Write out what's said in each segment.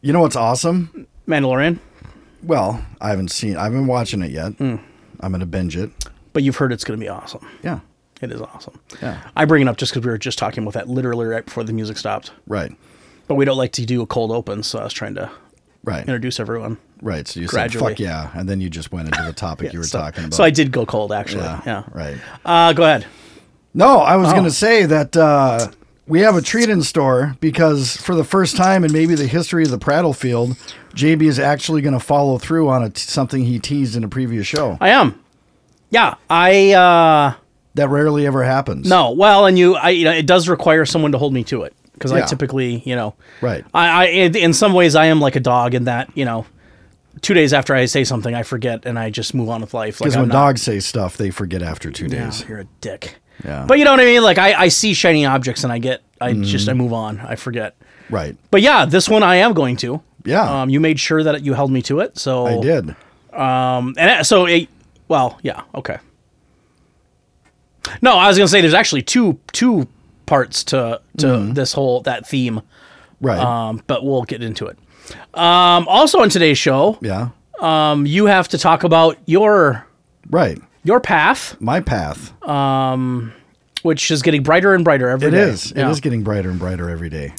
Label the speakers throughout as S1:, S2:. S1: You know what's awesome?
S2: Mandalorian,
S1: Well, I haven't seen. I haven't been watching it yet.
S2: Hmm.
S1: I'm gonna binge it.
S2: but you've heard it's going to be awesome.
S1: Yeah.
S2: It is awesome.
S1: Yeah.
S2: I bring it up just because we were just talking about that literally right before the music stopped.
S1: Right.
S2: But we don't like to do a cold open, so I was trying to
S1: Right.
S2: introduce everyone.
S1: Right. So you
S2: Gradually.
S1: said fuck yeah, and then you just went into the topic you were
S2: so,
S1: talking about.
S2: So I did go cold, actually. Yeah.
S1: Right.
S2: Uh, go ahead.
S1: No, I was going
S2: Oh.
S1: to say that uh, we have a treat in store because for the first time in maybe the history of the Prattle Field, JB is actually going to follow through on a t- something he teased in a previous show.
S2: I am. Yeah, I uh
S1: that rarely ever happens.
S2: no. Oh, Well, and you, I, you know, it does require someone to hold me to it because I
S1: Yeah.
S2: typically, you know,
S1: Right.
S2: I, I, in in some ways, I am like a dog in that, you know, two days after I say something, I forget and I just move on with life. Like
S1: Because
S2: I'm
S1: when
S2: not-
S1: dogs say stuff, they forget after two
S2: Yeah,
S1: days.
S2: you're a dick.
S1: Yeah.
S2: But you know what I mean? Like I, I see shiny objects and I get, I just, I
S1: Mm.
S2: move on. I forget.
S1: Right.
S2: But yeah, this one I am going to.
S1: Yeah.
S2: Um, you made sure that you held me to it, so
S1: I did.
S2: Um, and uh, so it, well, yeah, okay. No, I was gonna say there's actually two two parts to to
S1: Mm-hmm.
S2: this whole that theme,
S1: Right.
S2: um, but we'll get into it. Um, also on today's show,
S1: yeah.
S2: um, you have to talk about your
S1: Right.
S2: your path,
S1: My path.
S2: which is getting brighter and brighter every
S1: It
S2: day.
S1: is.
S2: Yeah.
S1: It is getting brighter and brighter every day.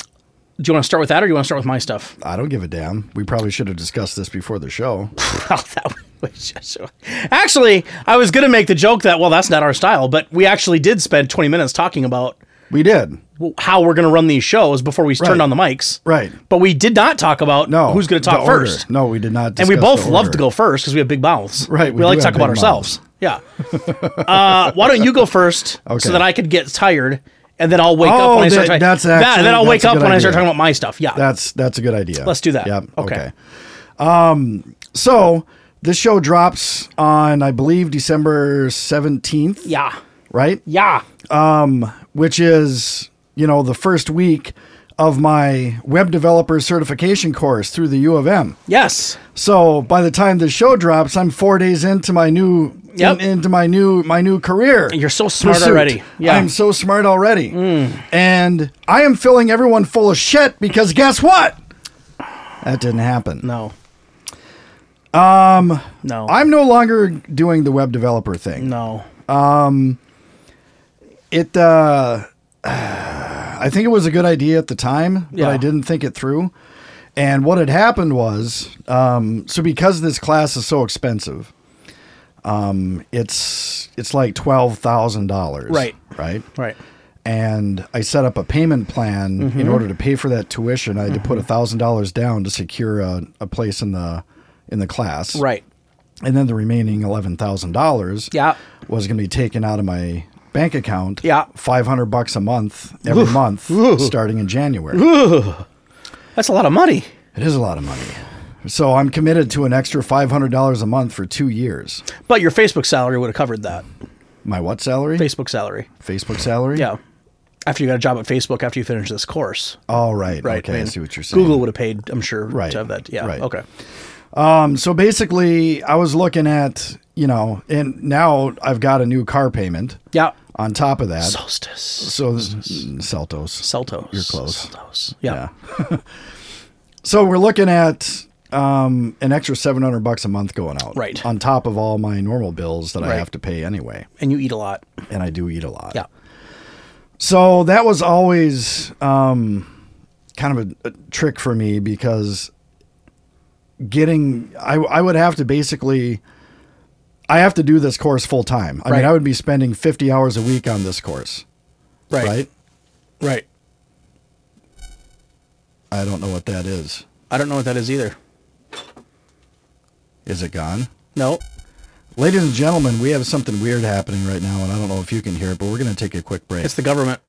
S2: Do you want to start with that, or do you want to start with my stuff?
S1: I don't give a damn. We probably should have discussed this before the show.
S2: Well, that was just- actually, I was gonna make the joke that well, that's not our style, but we actually did spend 20 minutes talking about
S1: We did.
S2: how we're going to run these shows before we turned on the mics.
S1: Right.
S2: But we did not talk about
S1: No.
S2: who's going to
S1: the
S2: talk
S1: order.
S2: first.
S1: No, we did not.
S2: and we
S1: discuss
S2: both
S1: the
S2: love to
S1: order.
S2: go first because we have big mouths.
S1: Right,
S2: We,
S1: we
S2: like
S1: do
S2: to talk
S1: have
S2: about
S1: big
S2: ourselves. Yeah. uh, why don't you go first
S1: Okay.
S2: so that I could get tired and then I'll wake
S1: Oh,
S2: up when I start
S1: that-
S2: talking.
S1: that's
S2: Yeah,
S1: actually-
S2: then I'll
S1: that's
S2: wake
S1: a
S2: up
S1: good
S2: when I start
S1: idea.
S2: talking about my stuff. Yeah.
S1: That's that's a good idea.
S2: Let's do that.
S1: Yep.
S2: Okay.
S1: Okay. Um, so the show drops on I believe December seventeenth.
S2: yeah.
S1: Right.
S2: Yeah.
S1: Which is you know the first week of my web developer certification course through the U of M.
S2: Yes.
S1: So by the time the show drops, I'm four days into my new
S2: Yep.
S1: in- into my new my new career.
S2: You're so smart already. Yeah. Mm.
S1: I'm so smart already, and I am filling everyone full of shit because guess what? That didn't happen.
S2: No. Um, no.
S1: I'm no longer doing the web developer thing.
S2: no.
S1: It, uh, I think it was a good idea at the time,
S2: Yeah.
S1: but I didn't think it through. And what had happened was, um, so because this class is so expensive, um, it's it's like twelve thousand dollars,
S2: Right.
S1: Right.
S2: Right.
S1: And I set up a payment plan
S2: Mm-hmm.
S1: in order to pay for that tuition. I had to put thousand dollars down to secure a, a place in the in the class,
S2: Right.
S1: and then the remaining eleven thousand dollars
S2: Yeah.
S1: was going to be taken out of my bank account
S2: Yeah.
S1: five hundred bucks a month every month starting in January.
S2: That's a lot of money.
S1: It is a lot of money, so I'm committed to an extra five hundred dollars a month for two years.
S2: But your Facebook salary would have covered that.
S1: My what salary?
S2: Facebook salary.
S1: Facebook salary?
S2: Yeah. After you got a job at Facebook, after you finish this course,
S1: All right.
S2: right?
S1: Okay, I,
S2: mean,
S1: see what you're saying.
S2: Google would have paid, I'm sure,
S1: Right,
S2: to have that. Yeah.
S1: right.
S2: Okay.
S1: Um, so basically, I was looking at you know, and now I've got a new car payment.
S2: Yeah.
S1: On top of that,
S2: Solstice.
S1: so Celtos.
S2: Celtos. You're
S1: close.
S2: Celtos. Yeah.
S1: So we're looking at um, an extra seven hundred bucks a month going out,
S2: Right.
S1: On top of all my normal bills that I
S2: Right.
S1: have to pay anyway,
S2: And you eat a lot.
S1: and I do eat a lot.
S2: Yeah.
S1: So that was always um, kind of a, a trick for me because getting I, I would have to basically I have to do this course full time. I
S2: Right.
S1: mean, I would be spending fifty hours a week on this course,
S2: Right.
S1: right?
S2: Right.
S1: I don't know what that is.
S2: I don't know what that is either.
S1: Is it gone?
S2: No.
S1: Ladies and gentlemen, we have something weird happening right now, and I don't know if you can hear it, but we're going to take a quick break.
S2: It's the government.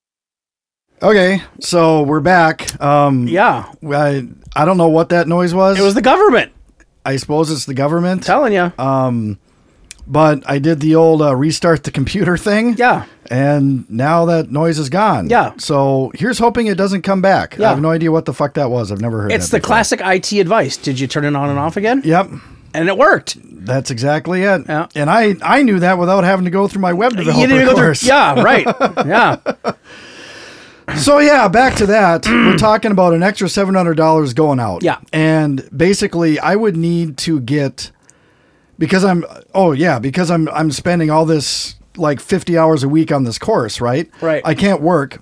S1: Okay, so we're back. Um,
S2: Yeah.
S1: I I don't know what that noise was.
S2: It was the government
S1: I suppose it's the government.
S2: telling you.
S1: Uh, but I did the old uh, restart the computer thing.
S2: Yeah.
S1: And now that noise is gone.
S2: Yeah.
S1: So here's hoping it doesn't come back.
S2: Yeah.
S1: I have no idea what the fuck that was. I've never heard.
S2: it's
S1: that
S2: the
S1: before.
S2: classic IT advice. Did you turn it on and off again?
S1: Yep.
S2: And it worked.
S1: That's exactly it.
S2: Yeah.
S1: And I I knew that without having to go through my web developer
S2: even go through-
S1: course.
S2: Yeah, right. yeah.
S1: So yeah, back to that. We're talking about an extra seven hundred dollars going out.
S2: Mm. Yeah.
S1: And basically, I would need to get because I'm oh yeah because I'm I'm spending all this like fifty hours a week on this course right
S2: Right.
S1: I can't work.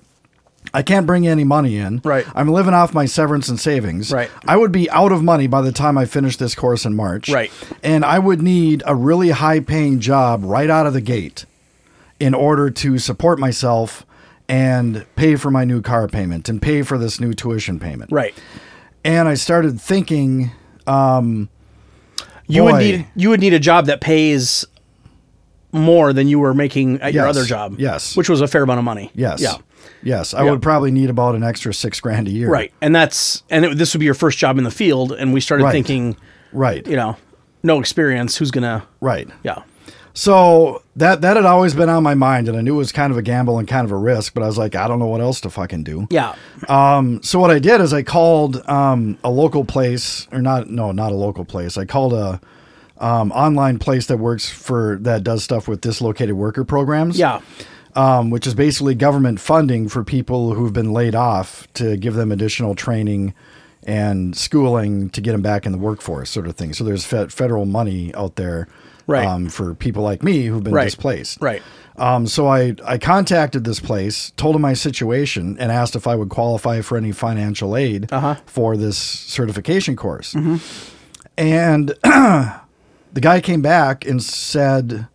S1: I can't bring any money in.
S2: Right.
S1: I'm living off my severance and savings.
S2: Right.
S1: I would be out of money by the time I finish this course in March.
S2: Right.
S1: And I would need a really high paying job right out of the gate in order to support myself and pay for my new car payment and pay for this new tuition payment.
S2: Right.
S1: And I started thinking,
S2: You would
S1: Boy.
S2: need you would need a job that pays more than you were making at your
S1: Yes,
S2: other job.
S1: yes.
S2: Which was a fair amount of money.
S1: yes.
S2: Yeah.
S1: Yes, I
S2: Yeah.
S1: would probably need about an extra six grand a year.
S2: Right. And that's and it, this would be your first job in the field and we started
S1: Right.
S2: thinking,
S1: Right.
S2: you know, no experience, who's going to
S1: Right.
S2: Yeah.
S1: So that that had always been on my mind, and I knew it was kind of a gamble and kind of a risk, but I was like, I don't know what else to fucking do.
S2: Yeah.
S1: So what I did is I called um, a local place, or not? No, not a local place. I called a um, online place that works for that does stuff with dislocated worker programs.
S2: Yeah.
S1: um, which is basically government funding for people who've been laid off to give them additional training and schooling to get them back in the workforce, sort of thing. So there's fe- federal money out there
S2: Right.
S1: um, for people like me who've been
S2: Right.
S1: displaced.
S2: Right.
S1: Um, so I, I contacted this place, told them my situation, and asked if I would qualify for any financial aid for this certification course. And the guy came back and said,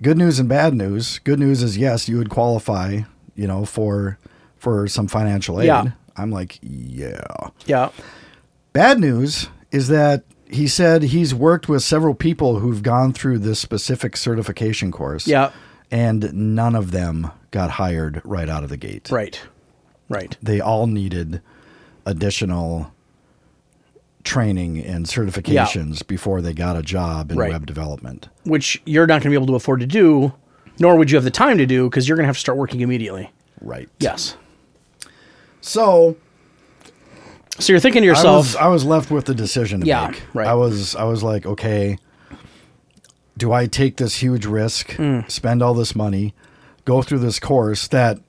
S1: "Good news and bad news. Good news is yes, you would qualify, you know, for for some financial aid."
S2: Yeah.
S1: I'm like, "Yeah."
S2: Yeah.
S1: Bad news is that he said he's worked with several people who've gone through this specific certification course.
S2: Yeah.
S1: And none of them got hired right out of the gate.
S2: Right. Right.
S1: They all needed additional training and certifications before they got a job in
S2: Right.
S1: web development.
S2: Which you're not going to be able to afford to do, nor would you have the time to do because you're going to have to start working immediately.
S1: Right.
S2: Yes.
S1: So
S2: So you're thinking to
S1: I
S2: yourself,
S1: was, uh, I was left with the decision to
S2: Yeah,
S1: make.
S2: right.
S1: I was I was like, okay, do I take this huge risk,
S2: Mm.
S1: spend all this money, go through this course that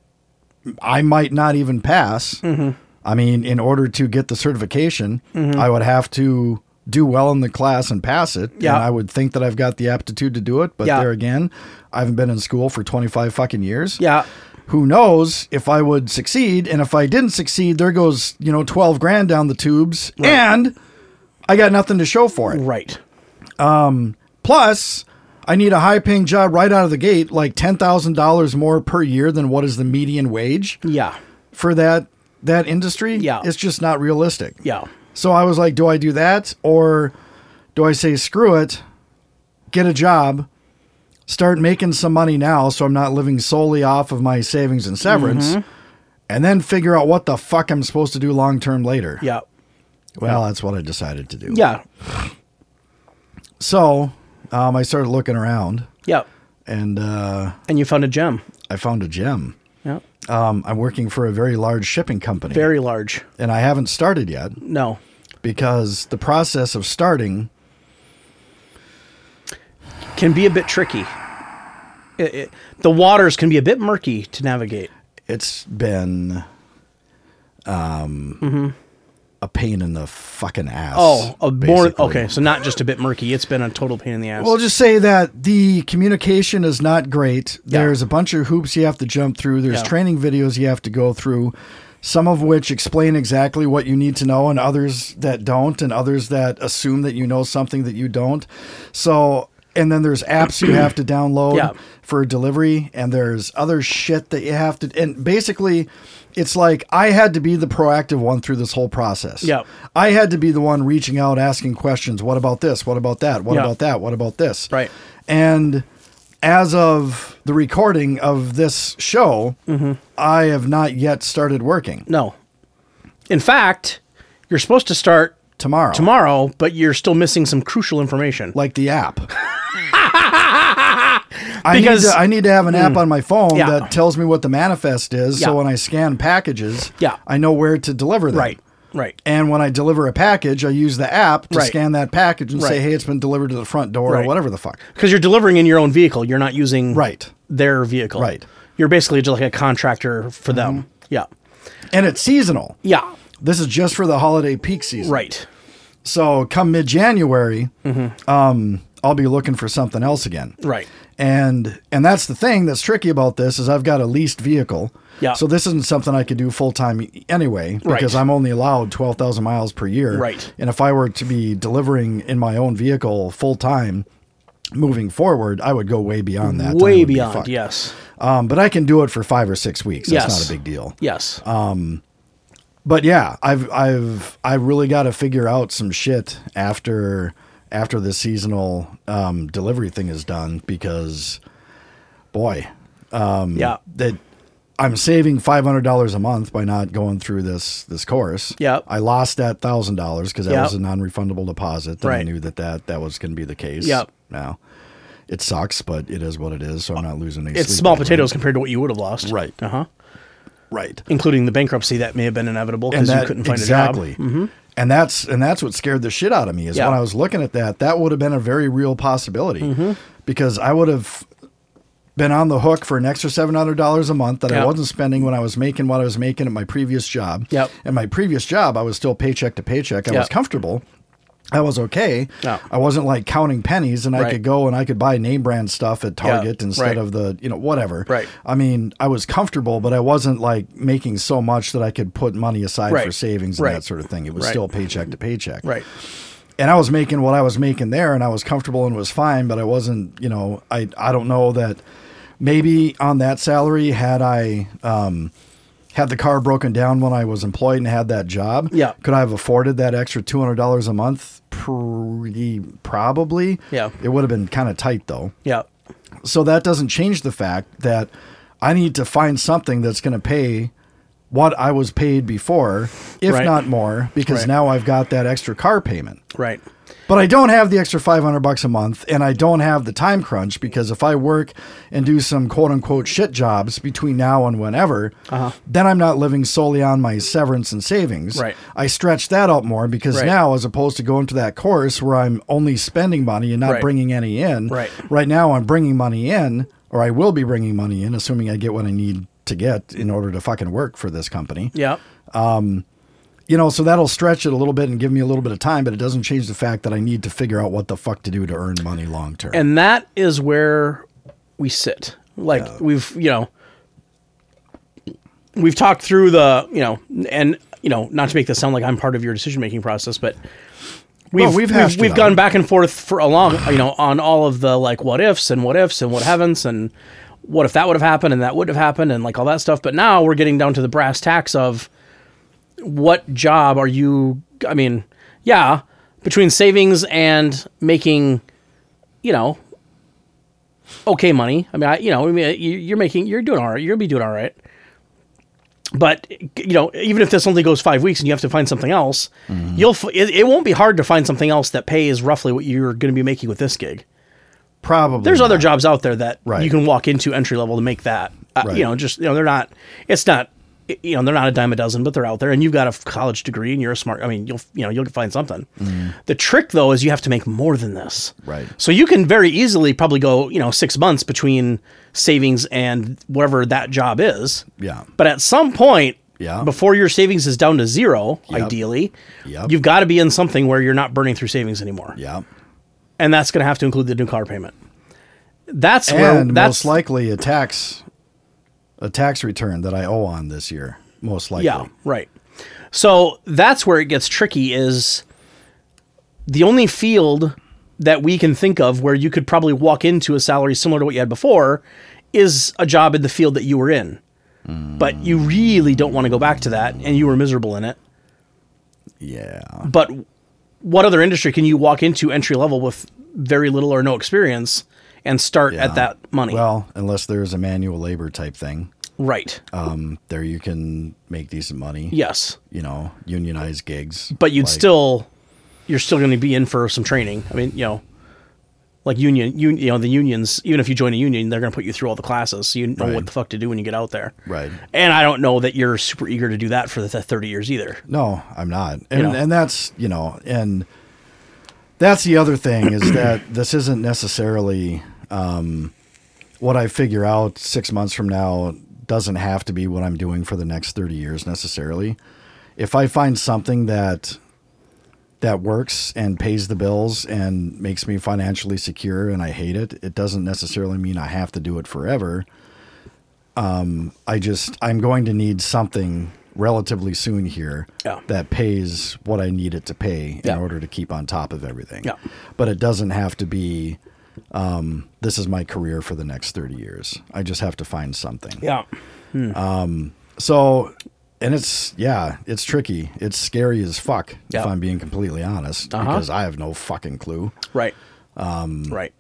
S1: I might not even pass?
S2: Mm-hmm.
S1: I mean, in order to get the certification, I would have to do well in the class and pass it.
S2: Yeah.
S1: And I would think that I've got the aptitude to do it, but
S2: Yeah.
S1: there again, I haven't been in school for 25 fucking years
S2: yeah,
S1: who knows if I would succeed. And if I didn't succeed, there goes, you know, 12 grand down the tubes and I got nothing to show for it.
S2: right,
S1: Plus, I need a high paying job right out of the gate, like $10,000 more per year than what is the median wage
S2: yeah,
S1: for that that industry.
S2: Yeah.
S1: It's just not realistic.
S2: yeah,
S1: So I was like, do I do that or do I say screw it, get a job, start making some money now so I'm not living solely off of my savings and severance,
S2: Mm-hmm.
S1: and then figure out what the fuck I'm supposed to do long term later.
S2: yeah,
S1: Well, that's what I decided to do.
S2: yeah,
S1: So um, I started looking around
S2: yeah.
S1: and uh,
S2: And you found a gem.
S1: I found a gem.
S2: Yeah,
S1: Um, I'm working for a very large shipping company,
S2: very large.
S1: and I haven't started yet
S2: No,
S1: because the process of starting
S2: can be a bit tricky. It- it- the waters can be a bit murky to navigate.
S1: it's been um a pain in the fucking ass.
S2: Mm-hmm. Oh, a more
S1: basically.
S2: okay. So not just a bit murky. It's been a total pain in the ass.
S1: We'll just say that the communication is not great.
S2: Yeah.
S1: There's a bunch of hoops you have to jump through. There's
S2: Yeah.
S1: training videos you have to go through, some of which explain exactly what you need to know, and others that don't, and others that assume that you know something that you don't. So, and then there's apps you have to download
S2: Yeah.
S1: for delivery, and there's other shit that you have to. And basically, it's like I had to be the proactive one through this whole process.
S2: Yeah.
S1: I had to be the one reaching out, asking questions. What about this? What about that? What
S2: Yeah.
S1: about that? What about this?
S2: Right.
S1: And as of the recording of this show,
S2: Mm-hmm.
S1: I have not yet started working
S2: No. In fact, you're supposed to start
S1: tomorrow.
S2: tomorrow, but you're still missing some crucial information.
S1: like the app. I
S2: Because- Mm.
S1: need to, I need to have an app on my phone
S2: Yeah.
S1: that tells me what the manifest is,
S2: Yeah.
S1: so when I scan packages,
S2: Yeah.
S1: I know where to deliver them.
S2: right. Right.
S1: And when I deliver a package, I use the app to
S2: Right.
S1: scan that package and say,
S2: Right.
S1: "Hey, it's been delivered to the front door
S2: Right.
S1: or whatever the fuck."
S2: Because you're delivering in your own vehicle. You're not using
S1: Right.
S2: their vehicle.
S1: Right. Mm-hmm.
S2: You're basically just like a contractor for them. Yeah.
S1: And it's seasonal.
S2: Yeah.
S1: This is just for the holiday peak season.
S2: Right.
S1: So come mid-January, um, I'll be looking for something else again.
S2: Mm-hmm. Right.
S1: and and that's the thing that's tricky about this is I've got a leased vehicle.
S2: Yeah.
S1: So this isn't something I could do full time anyway because
S2: Right.
S1: I'm only allowed twelve thousand miles per year.
S2: Right.
S1: And if I were to be delivering in my own vehicle full time, moving forward, I would go way beyond that. and I
S2: Way
S1: would be
S2: beyond.
S1: fucked.
S2: yes.
S1: Um, but I can do it for five or six weeks. That's
S2: Yes.
S1: not a big deal.
S2: Yes.
S1: Um, But yeah, I've I've I really got to figure out some shit after after the seasonal um, delivery thing is done because, boy,
S2: yeah.
S1: that I'm saving five hundred dollars a month by not going through this this course.
S2: Yep.
S1: I lost that thousand dollars because that
S2: Yep.
S1: was a non-refundable deposit. That I
S2: Right.
S1: knew that that that was going to be the case.
S2: Yep.
S1: Now, it sucks, but it is what it is. So I'm not losing any.
S2: It's
S1: sleep
S2: small
S1: over it.
S2: potatoes compared to what you would have lost.
S1: Right.
S2: Uh huh.
S1: Right.
S2: Including the bankruptcy that may have been inevitable
S1: And
S2: because
S1: that
S2: you couldn't find
S1: exactly.
S2: a job. Mm-hmm.
S1: And that's and that's what scared the shit out of me is
S2: Yeah. Mm-hmm.
S1: when I was looking at that. That would have been a very real possibility because I would have been on the hook for an extra seven hundred dollars a month that I
S2: Yep.
S1: wasn't spending when I was making what I was making at my previous job.
S2: Yep.
S1: And my previous job, I was still paycheck to paycheck. I was
S2: Yep.
S1: comfortable. I was okay.
S2: Yeah.
S1: I wasn't like counting pennies, and I
S2: Right.
S1: could go and I could buy name brand stuff at
S2: Yeah,
S1: Target instead
S2: right.
S1: of the you know whatever.
S2: Right.
S1: I mean, I was comfortable, but I wasn't like making so much that I could put money aside for
S2: Right.
S1: savings and
S2: Right.
S1: that sort of thing. It was
S2: Right.
S1: still paycheck to paycheck.
S2: Right.
S1: And I was making what I was making there and I was comfortable and was fine, but I wasn't, you know, I I don't know that maybe on that salary had I um had the car broken down when I was employed and had that job,
S2: Yeah.
S1: could I have afforded that extra two hundred dollars a month? Pretty probably.
S2: Yeah.
S1: It would have been kind of tight though.
S2: Yeah.
S1: So that doesn't change the fact that I need to find something that's going to pay what I was paid before, if
S2: Right.
S1: not more, because
S2: Right.
S1: now I've got that extra car payment.
S2: Right.
S1: But I don't have the extra 500 bucks a month and I don't have the time crunch because if I work and do some quote unquote shit jobs between now and whenever,
S2: Uh-huh.
S1: then I'm not living solely on my severance and savings.
S2: Right.
S1: I stretch that out more because
S2: Right.
S1: now as opposed to going to that course where I'm only spending money and not
S2: Right.
S1: bringing any in,
S2: Right.
S1: now I'm bringing money in or I will be bringing money in assuming I get what I need to get in order to fucking work for this company
S2: Yeah.
S1: you know, so that'll stretch it a little bit and give me a little bit of time, but it doesn't change the fact that I need to figure out what the fuck to do to earn money long term.
S2: And that is where we sit. Like we've, you know, we've talked through the, you know, and you know, not to make this sound like I'm part of your decision making process, but we've
S1: we've
S2: we've,
S1: hashed
S2: we've,
S1: it out.
S2: gone back and forth for a long, you know, on all of the like what ifs and what ifs and what haven'ts and what if that would have happened and that would have happened and like all that stuff. But now we're getting down to the brass tacks of what job are you? I mean, yeah, between savings and making, you know, okay money. I mean, I, you know, I mean, you- you're making, you're doing all right. You'll be doing all right. But you know, even if this only goes five weeks and you have to find something else,
S1: Mm-hmm.
S2: you'll f- it, it won't be hard to find something else that pays roughly what you're going to be making with this gig.
S1: Probably
S2: There's
S1: not.
S2: other jobs out there that
S1: Right.
S2: you can walk into entry level to make that. Uh,
S1: Right.
S2: You know, just you know, they're not. It's not. You know, they're not a dime a dozen, but they're out there, and you've got a f- college degree, and you're a smart. I mean, you'll you know you'll find something. The trick though is you have to make more than this.
S1: Mm-hmm. Right.
S2: So you can very easily probably go you know six months between savings and whatever that job is.
S1: Yeah.
S2: But at some point.
S1: Yeah.
S2: Before your savings is down to zero,
S1: Yep.
S2: ideally,
S1: Yep.
S2: you've got to be in something where you're not burning through savings anymore
S1: Yeah.
S2: and that's going to have to include the new car payment. That's where
S1: And
S2: that's
S1: most likely a tax a tax return that I owe on this year. Most likely.
S2: yeah, right. So that's where it gets tricky is the only field that we can think of where you could probably walk into a salary similar to what you had before is a job in the field that you were in. But you really don't want to go back to that and you were miserable in it.
S1: Yeah.
S2: But what other industry can you walk into entry level with very little or no experience and start
S1: Yeah.
S2: at that money.
S1: Well, unless there's a manual labor type thing,
S2: right.
S1: um, there you can make decent money.
S2: yes.
S1: You know, unionized gigs.
S2: But you'd
S1: like-
S2: still you're still going to be in for some training. I mean, you know, like union, you, you know, the unions, even if you join a union, they're going to put you through all the classes. So you know
S1: Right.
S2: what the fuck to do when you get out there.
S1: Right.
S2: And I don't know that you're super eager to do that for the 30 years either.
S1: No, I'm not. And
S2: know.
S1: and that's, you know, and that's the other thing is that this isn't necessarily um, what I figure out 6 months from now doesn't have to be what I'm doing for the next 30 years necessarily. If I find something that that works and pays the bills and makes me financially secure and I hate it, it doesn't necessarily mean I have to do it forever. Um, I just I'm going to need something relatively soon here
S2: Yeah.
S1: that pays what I need it to pay in
S2: Yeah.
S1: order to keep on top of everything.
S2: Yeah.
S1: But it doesn't have to be um, this is my career for the next 30 years. I just have to find something.
S2: Yeah.
S1: So and it's yeah, it's tricky. It's scary as fuck
S2: Yeah.
S1: if I'm being completely honest
S2: Uh-huh.
S1: because I have no fucking clue.
S2: Right. Um, right.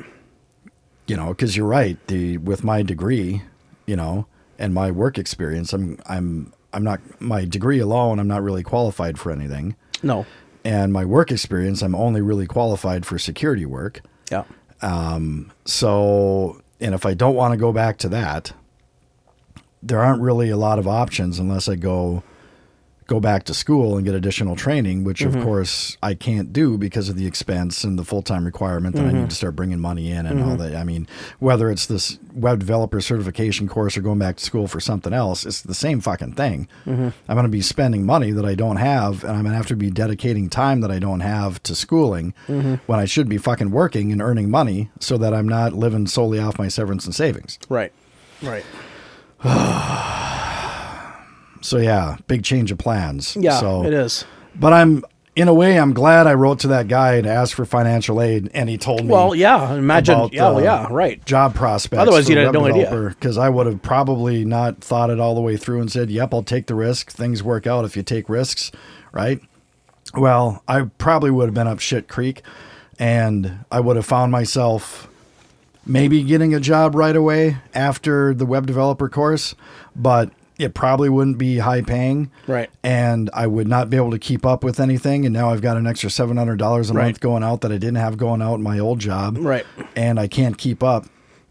S1: you know because you're right the with my degree you know and my work experience i'm i'm i'm not my degree alone i'm not really qualified for anything
S2: No.
S1: and my work experience i'm only really qualified for security work
S2: Yeah.
S1: so and if i don't want to go back to that there aren't really a lot of options unless i go go back to school and get additional training which
S2: Mm-hmm.
S1: of course i can't do because of the expense and the full-time requirement that
S2: Mm-hmm.
S1: i need to start bringing money in and all that i mean whether it's this web developer certification course or going back to school for something else it's the same fucking thing
S2: Mm-hmm.
S1: i'm going to be spending money that i don't have and i'm going to have to be dedicating time that i don't have to schooling
S2: Mm-hmm.
S1: when i should be fucking working and earning money so that i'm not living solely off my severance and savings
S2: Right. Right.
S1: so yeah big change of plans
S2: Yeah.
S1: so
S2: it is.
S1: But I'm in a way I'm glad I wrote to that guy to ask for financial aid, and he told me.
S2: Well, yeah. Imagine.
S1: about,
S2: yeah.
S1: uh,
S2: yeah. Right.
S1: Job prospects.
S2: Otherwise, you'd have no idea.
S1: Because I would have probably not thought it all the way through and said, "Yep, I'll take the risk. Things work out if you take risks, right?" Well, I probably would have been up shit creek, and I would have found myself maybe getting a job right away after the web developer course, but it probably wouldn't be high paying.
S2: Right.
S1: And I would not be able to keep up with anything. And now I've got an extra $700 a
S2: Right.
S1: month going out that I didn't have going out in my old job.
S2: Right.
S1: And I can't keep up.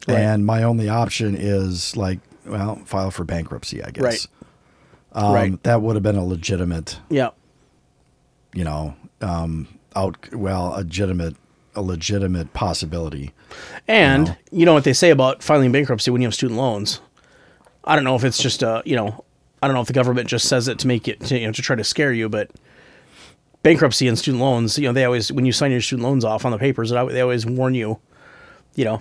S2: Right.
S1: And my only option is like, well, file for bankruptcy, I guess.
S2: Right.
S1: Um,
S2: Right.
S1: That would have been a legitimate,
S2: Yeah.
S1: you know, um, out, well, a legitimate, a legitimate possibility.
S2: And you know. what they say about filing bankruptcy when you have student loans. I don't know if it's just a you know, I don't know if the government just says it to make it to, you know to try to scare you, but bankruptcy and student loans, you know, they always when you sign your student loans off on the papers, it al- they always warn you, you know,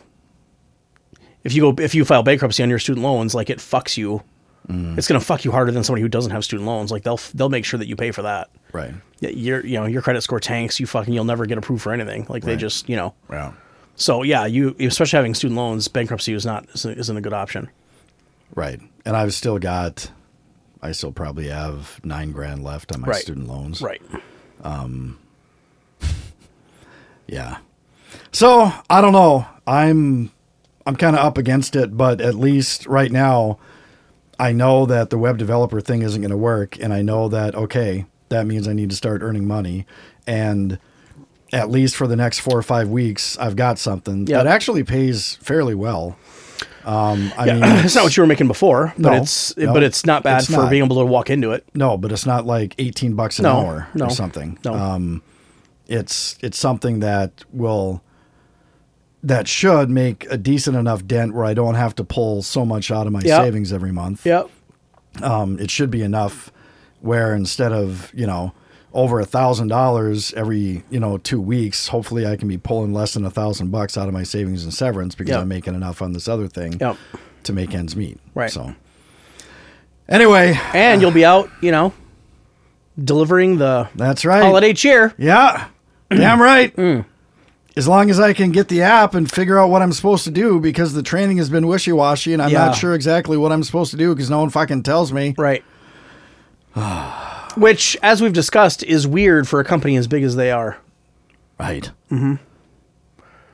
S2: if you go if you file bankruptcy on your student loans, like it fucks you.
S1: Mm.
S2: It's gonna fuck you harder than somebody who doesn't have student loans. Like they'll f- they'll make sure that you pay for that.
S1: Right.
S2: Yeah, Your you know your credit score tanks. You fucking you'll never get approved for anything. Like they
S1: Right.
S2: just you know.
S1: Yeah.
S2: So yeah, you especially having student loans, bankruptcy is not isn't isn't a good option.
S1: Right. And I've still got, I still probably have nine grand left on my
S2: Right.
S1: student loans.
S2: Right.
S1: Yeah. So I don't know. I'm, I'm kind of up against it, but at least right now, I know that the web developer thing isn't going to work. And I know that, okay, that means I need to start earning money. And at least for the next four or five weeks, I've got something
S2: Yeah.
S1: that actually pays fairly well. Um, I mean,
S2: it's not what you were making before, but
S1: No,
S2: it's
S1: no,
S2: but it's not bad
S1: it's
S2: for
S1: not.
S2: being able to walk into it.
S1: No, but it's not like 18 bucks an
S2: No,
S1: hour
S2: no,
S1: or something.
S2: no.
S1: Um, it's it's something that will that should make a decent enough dent where I don't have to pull so much out of my
S2: Yep.
S1: savings every month.
S2: Yep.
S1: Um, it should be enough where instead of, you know, over a thousand dollars every, you know, two weeks, hopefully I can be pulling less than a thousand bucks out of my savings and severance because
S2: Yep.
S1: I'm making enough on this other thing
S2: Yep.
S1: to make ends meet.
S2: Right.
S1: So anyway,
S2: And you'll be out, you know, delivering the
S1: that's right.
S2: holiday cheer.
S1: Yeah, damn right.
S2: Mm.
S1: As long as I can get the app and figure out what I'm supposed to do because the training has been wishy washy and I'm
S2: Yeah.
S1: not sure exactly what I'm supposed to do because no one fucking tells me.
S2: Right. Which, as we've discussed, is weird for a company as big as they are.
S1: Right.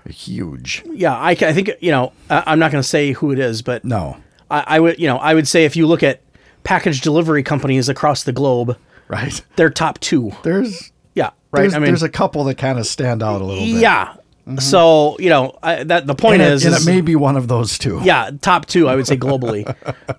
S1: Huge.
S2: yeah, I, ca- I think you know I, I'm not going to say who it is, but
S1: No.
S2: I, I would you know I would say if you look at package delivery companies across the globe,
S1: Right.
S2: they're top two.
S1: There's
S2: Yeah, right.
S1: There's,
S2: I mean,
S1: there's a couple that kind of stand out a little bit.
S2: yeah. So you know I, that the point
S1: And it,
S2: is,
S1: and
S2: is-
S1: it may be one of those two.
S2: yeah, top two I would say globally.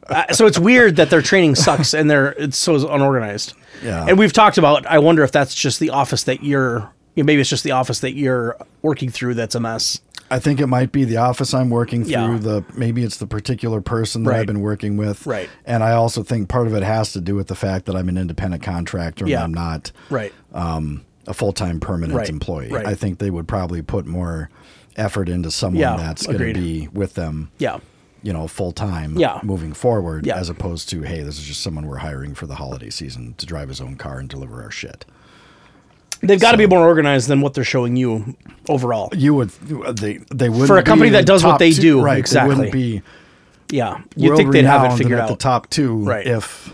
S2: uh, so it's weird that their training sucks and they're it's so unorganized.
S1: Yeah.
S2: and we've talked about. I wonder if that's just the office that you're. You know, maybe it's just the office that you're working through that's a mess.
S1: I think it might be the office I'm working through.
S2: Yeah.
S1: The maybe it's the particular person that
S2: Right.
S1: I've been working with.
S2: Right.
S1: And I also think part of it has to do with the fact that I'm an independent contractor
S2: Yeah.
S1: and I'm not
S2: Right.
S1: a full time permanent
S2: Right,
S1: employee.
S2: right.
S1: I think they would probably put more effort into someone
S2: Yeah,
S1: that's going
S2: agreed.
S1: to be with them.
S2: yeah.
S1: You know, full time.
S2: Yeah.
S1: Moving forward,
S2: Yeah.
S1: as opposed to hey, this is just someone we're hiring for the holiday season to drive his own car and deliver our shit.
S2: They've got to be more organized than what they're showing you overall.
S1: You would they they would
S2: a company that does what they do,
S1: right? They
S2: exactly.
S1: wouldn't be
S2: Yeah, you'd think they'd have it
S1: world-renowned
S2: figured
S1: and at
S2: out.
S1: the top two
S2: Right.
S1: if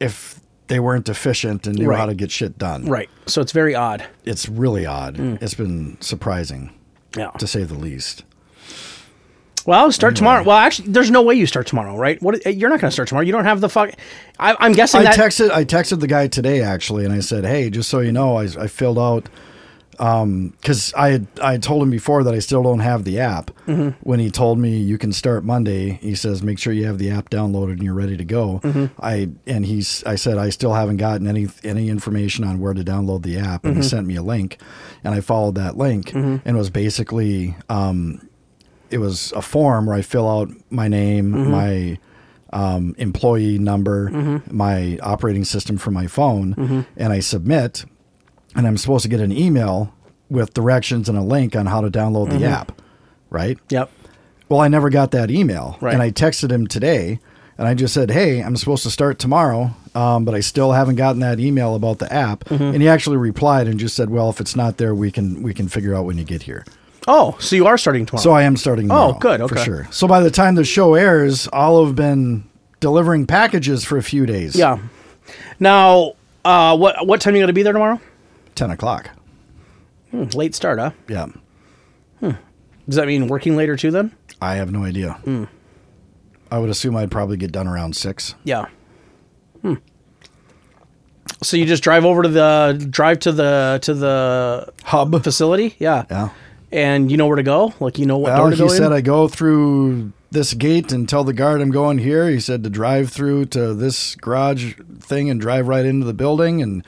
S1: if they weren't efficient and knew
S2: Right.
S1: how to get shit done.
S2: Right. Mm. So it's very odd.
S1: It's really odd. It's been surprising
S2: Yeah.
S1: to say the least.
S2: Well, start tomorrow. Well, actually, there's no way you start tomorrow, right? What eh, you're not going to start tomorrow. You don't have the fuck. I, I'm guessing
S1: I
S2: that.
S1: texted I texted the guy today actually, and I said, "Hey, just so you know, I, I filled out because I had I had told him before that I still don't have the app.
S2: Mm-hmm.
S1: When he told me you can start Monday, he says make sure you have the app downloaded and you're ready to go.
S2: Mm-hmm.
S1: I and he's I said I still haven't gotten any any information on where to download the app, and
S2: Mm-hmm.
S1: he sent me a link, and I followed that link, and it was basically um, it was a form where I fill out my name,
S2: Mm-hmm.
S1: my um, employee number,
S2: Mm-hmm.
S1: my operating system for my phone, and I submit and I'm supposed to get an email with directions and a link on how to download
S2: Mm-hmm.
S1: the app, right?
S2: yep.
S1: Well, I never got that email,
S2: Right.
S1: and I texted him today, and I just said, "Hey, I'm supposed to start tomorrow, um, but I still haven't gotten that email about the app."
S2: Mm-hmm.
S1: And he actually replied and just said, "Well, if it's not there, we can we can figure out when you get here."
S2: Oh, so you are starting tomorrow.
S1: So I am starting.
S2: Oh,
S1: tomorrow,
S2: good,
S1: for
S2: okay.
S1: sure. So by the time the show airs, I'll have been delivering packages for a few days.
S2: yeah. Now, uh, what what time are you going to be there tomorrow?
S1: ten o'clock.
S2: Hmm, late start, huh?
S1: Yeah,
S2: Does that mean working later too? Then?
S1: I have no idea.
S2: Hmm.
S1: I would assume I'd probably get done around six.
S2: Yeah. Hmm. So you just drive over to the drive to the to the
S1: hub.
S2: facility, yeah,
S1: Yeah.
S2: and you know where to go. Like you know what
S1: Well,
S2: door to
S1: he
S2: go in?
S1: said I go through this gate and tell the guard I'm going here. He said to drive through to this garage thing and drive right into the building and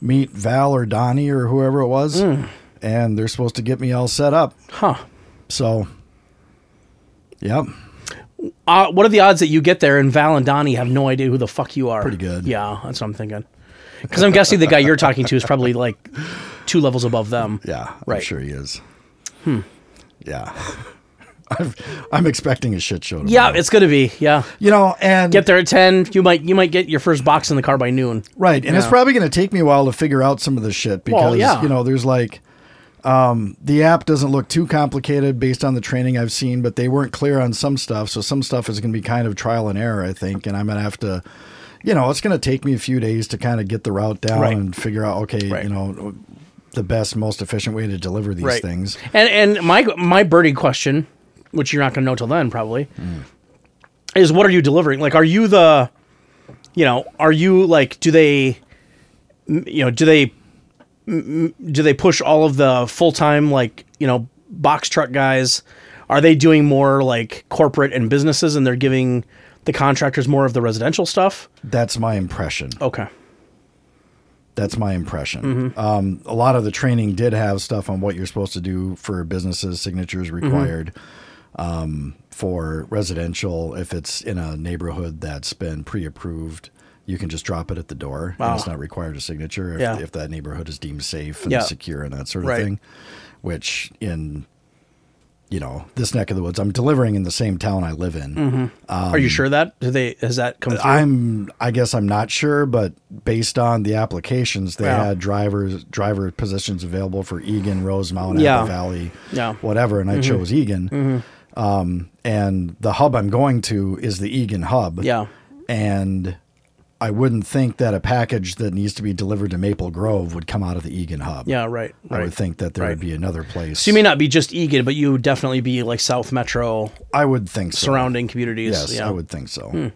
S1: meet Val or Donnie or whoever it was.
S2: Hmm.
S1: And they're supposed to get me all set up.
S2: huh.
S1: So, yep.
S2: Uh, what are the odds that you get there and Val and Donnie have no idea who the fuck you are?
S1: Pretty good.
S2: Yeah, that's what I'm thinking. Because I'm guessing the guy you're talking to is probably like two levels above them.
S1: Yeah, I'm
S2: Right. Hmm.
S1: sure he is. Yeah. I've, I'm expecting a shit show.
S2: Yeah,
S1: tomorrow.
S2: it's gonna be. Yeah,
S1: you know, and
S2: get there at ten. You might you might get your first box in the car by noon.
S1: Right. And it's probably going to take me a while to figure out some of this shit because,
S2: Well, yeah.
S1: you know, there's like, um, the app doesn't look too complicated based on the training I've seen, but they weren't clear on some stuff. So some stuff is going to be kind of trial and error, I think. And I'm going to have to, you know, it's going to take me a few days to kind of get the route down
S2: Right.
S1: and figure out, okay,
S2: Right.
S1: you know, the best, most efficient way to deliver these things.
S2: And and my my birdie question, which you're not gonna know till then probably,
S1: Hmm.
S2: is what are you delivering? Like, are you the, you know, are you like do they, m- you know, do they, m- m- do they push all of the full time like you know box truck guys? Are they doing more like corporate and businesses, and they're giving the contractors more of the residential stuff?
S1: That's my impression.
S2: Okay.
S1: That's my impression. Um, a lot of the training did have stuff on what you're supposed to do for businesses, signatures
S2: Mm-hmm.
S1: required um, for residential. If it's in a neighborhood that's been pre approved, you can just drop it at the door and it's
S2: Wow.
S1: not required a signature if,
S2: Yeah.
S1: if that neighborhood is deemed safe and
S2: Yeah.
S1: secure and that sort of
S2: Right.
S1: thing. Which, in you know, this neck of the woods, I'm delivering in the same town I live in.
S2: Mm-hmm. are you sure that do they has that come? Through?
S1: I'm Um, I guess I'm not sure, but based on the applications, they
S2: Yeah.
S1: had drivers driver positions available for Egan, Rosemount,
S2: Yeah.
S1: Apple Valley,
S2: Yeah. Mm-hmm.
S1: whatever, and I chose Egan. Um, and the hub I'm going to is the Egan hub.
S2: Yeah.
S1: And I wouldn't think that a package that needs to be delivered to Maple Grove would come out of the Egan hub.
S2: Yeah, right.
S1: I
S2: Right.
S1: would think that there
S2: right.
S1: would be another place.
S2: So you may not be just Egan, but you would definitely be like South Metro
S1: I would think so.
S2: surrounding communities.
S1: Yes,
S2: yeah. Hmm.
S1: I would think so.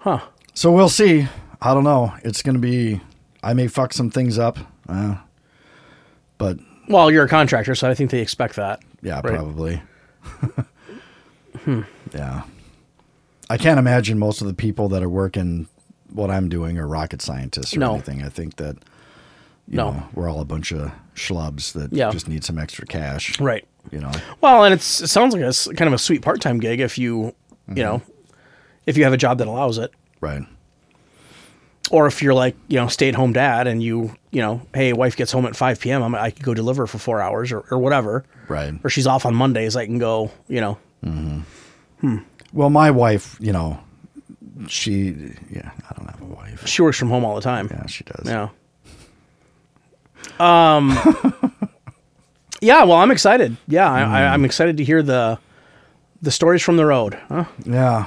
S1: Huh. So we'll see. I don't know. It's going to be. I may fuck some things up, uh, but
S2: Well, you're a contractor, so I think they expect that.
S1: yeah,
S2: Right. Hmm.
S1: probably. Yeah, I can't imagine most of the people that are working what I'm doing are rocket scientists or
S2: No.
S1: anything. I think that you
S2: No.
S1: know, we're all a bunch of schlubs that
S2: Yeah.
S1: just need some extra cash,
S2: Right.
S1: You know,
S2: Well, and it's it sounds like a s- kind of a sweet part-time gig if you, you know, if you have a job that allows it,
S1: right?
S2: or if you're like you know stay-at-home dad and you you know hey wife gets home at 5 p.m. I'm, I could go deliver for four hours or, or whatever,
S1: Right.
S2: or she's off on Mondays I can go you know
S1: Well, my wife, you know, she yeah, I don't have a wife.
S2: she works from home all the time.
S1: Yeah, she does.
S2: Yeah. Um. yeah. Well, I'm excited. Yeah, I, I, I'm excited to hear the the stories from the road. Huh?
S1: Yeah.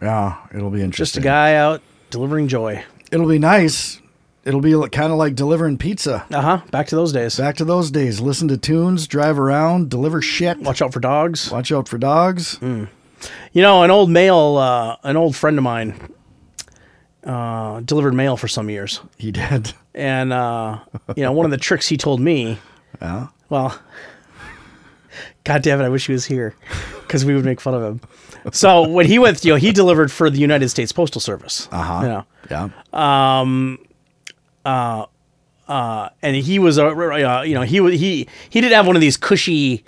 S1: Yeah. It'll be
S2: Just a
S1: interesting.
S2: guy out delivering joy.
S1: It'll be nice. It'll be kind of like delivering pizza.
S2: Uh huh. Back to those days.
S1: Back to those days. Listen to tunes, drive around, deliver shit.
S2: Watch out for dogs.
S1: Watch out for dogs.
S2: Mm. You know, an old mail, uh, an old friend of mine, uh, delivered mail for some years,
S1: He did.
S2: and uh, you know, one of the tricks he told me.
S1: Yeah.
S2: Well, God damn it! I wish he was here because we would make fun of him. So when he went, you know, he delivered for the United States Postal Service. Uh
S1: Uh-huh.
S2: You know,
S1: Yeah.
S2: and he was a, uh, you know, he wa- he he didn't have one of these cushy,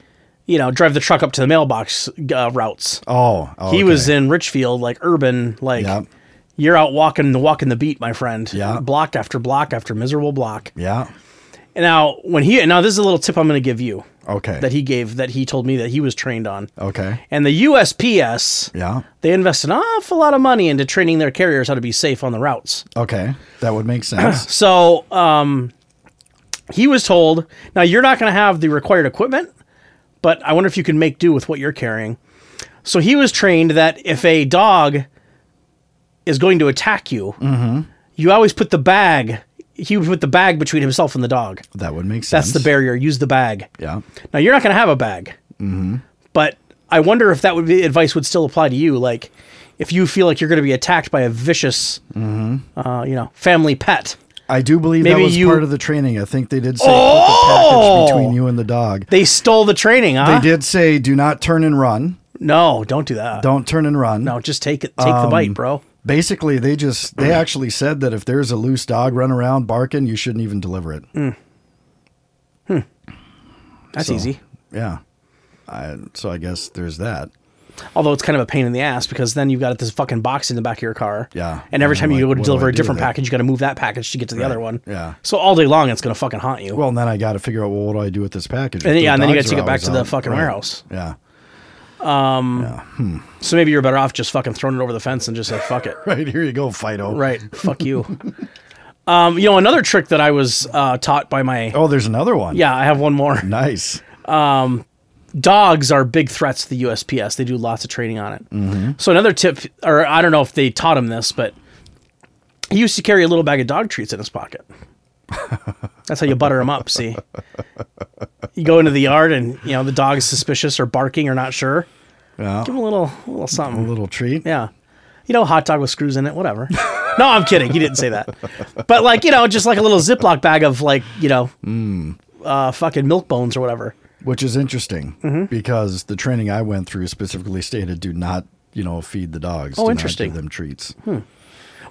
S2: you know, drive the truck up to the mailbox uh, routes.
S1: Oh. oh,
S2: He was
S1: okay.
S2: in Richfield, like urban, like
S1: Yep.
S2: you're out walking the walking the beat, my friend.
S1: Yeah.
S2: Block after block after miserable block.
S1: Yeah.
S2: And now when he now this is a little tip I'm going to give you
S1: Okay.
S2: that he gave that he told me that he was trained on.
S1: okay.
S2: And the USPS,
S1: Yeah.
S2: they invest an awful lot of money into training their carriers how to be safe on the routes.
S1: Okay. That would make sense.
S2: So um, he was told, now you're not going to have the required equipment, but I wonder if you can make do with what you're carrying. So he was trained that if a dog is going to attack you, you always put the bag. He would put the bag between himself and the dog.
S1: that would make sense.
S2: That's the barrier. Use the bag.
S1: Yeah.
S2: Now you're not going to have a bag, mm-hmm. but I wonder if that would be advice would still apply to you. Like, if you feel like you're going to be attacked by a vicious,
S1: Mm-hmm.
S2: uh, you know, family pet,
S1: I do believe
S2: Maybe
S1: that was
S2: you-
S1: part of the training. I think they did say
S2: Oh!
S1: put the package between you and the dog.
S2: they stole the training. Huh?
S1: They did say do not turn and run.
S2: No, don't do that.
S1: Don't Um, turn and run.
S2: No, just take it. Take the bite, bro.
S1: Basically, they just
S2: Mm.
S1: they actually said that if there's a loose dog running around barking, you shouldn't even deliver it.
S2: Mm. That's
S1: so-
S2: easy.
S1: Yeah. I, so I guess there's that.
S2: Although it's kind of a pain in the ass because then you've got this fucking box in the back of your car.
S1: Yeah.
S2: And every
S1: And
S2: time you
S1: I'm like,
S2: go to
S1: what do I
S2: deliver a
S1: do
S2: different
S1: with it?
S2: package, you got to move that package to get to the other one.
S1: Yeah.
S2: So all day long, it's gonna fucking haunt you.
S1: Well, and then I got to figure out well, what do I do with this package?
S2: And
S1: if
S2: yeah,
S1: the
S2: and then you
S1: dogs
S2: gotta
S1: are
S2: take it back
S1: always
S2: to the
S1: out?
S2: fucking warehouse.
S1: Yeah.
S2: so maybe you're better off just fucking throwing it over the fence and just like fuck it.
S1: Right here you go, Fido.
S2: Right. Fuck you. Um, you know, another trick that I was uh, taught by my.
S1: Oh, there's another one.
S2: Yeah, I have one more.
S1: Nice.
S2: Dogs are big threats to the USPS. They do lots of training on it. So, another tip, or I don't know if they taught him this, but he used to carry a little bag of dog treats in his pocket. That's how you butter him up, see? You go into the yard and, you know, the dog is suspicious or barking or not sure.
S1: Yeah.
S2: Give him a little, a little
S1: A
S2: something.
S1: little treat.
S2: Yeah. You know, hot dog with screws in it, whatever. no, I'm kidding. He didn't say that. But like, you know, just like a little Ziploc bag of like, you know,
S1: Hmm.
S2: uh, fucking milk bones or whatever.
S1: Which is interesting
S2: Mm-hmm.
S1: because the training I went through specifically stated do not, you know, feed the dogs. do not give
S2: Oh, interesting. Hmm.
S1: them treats.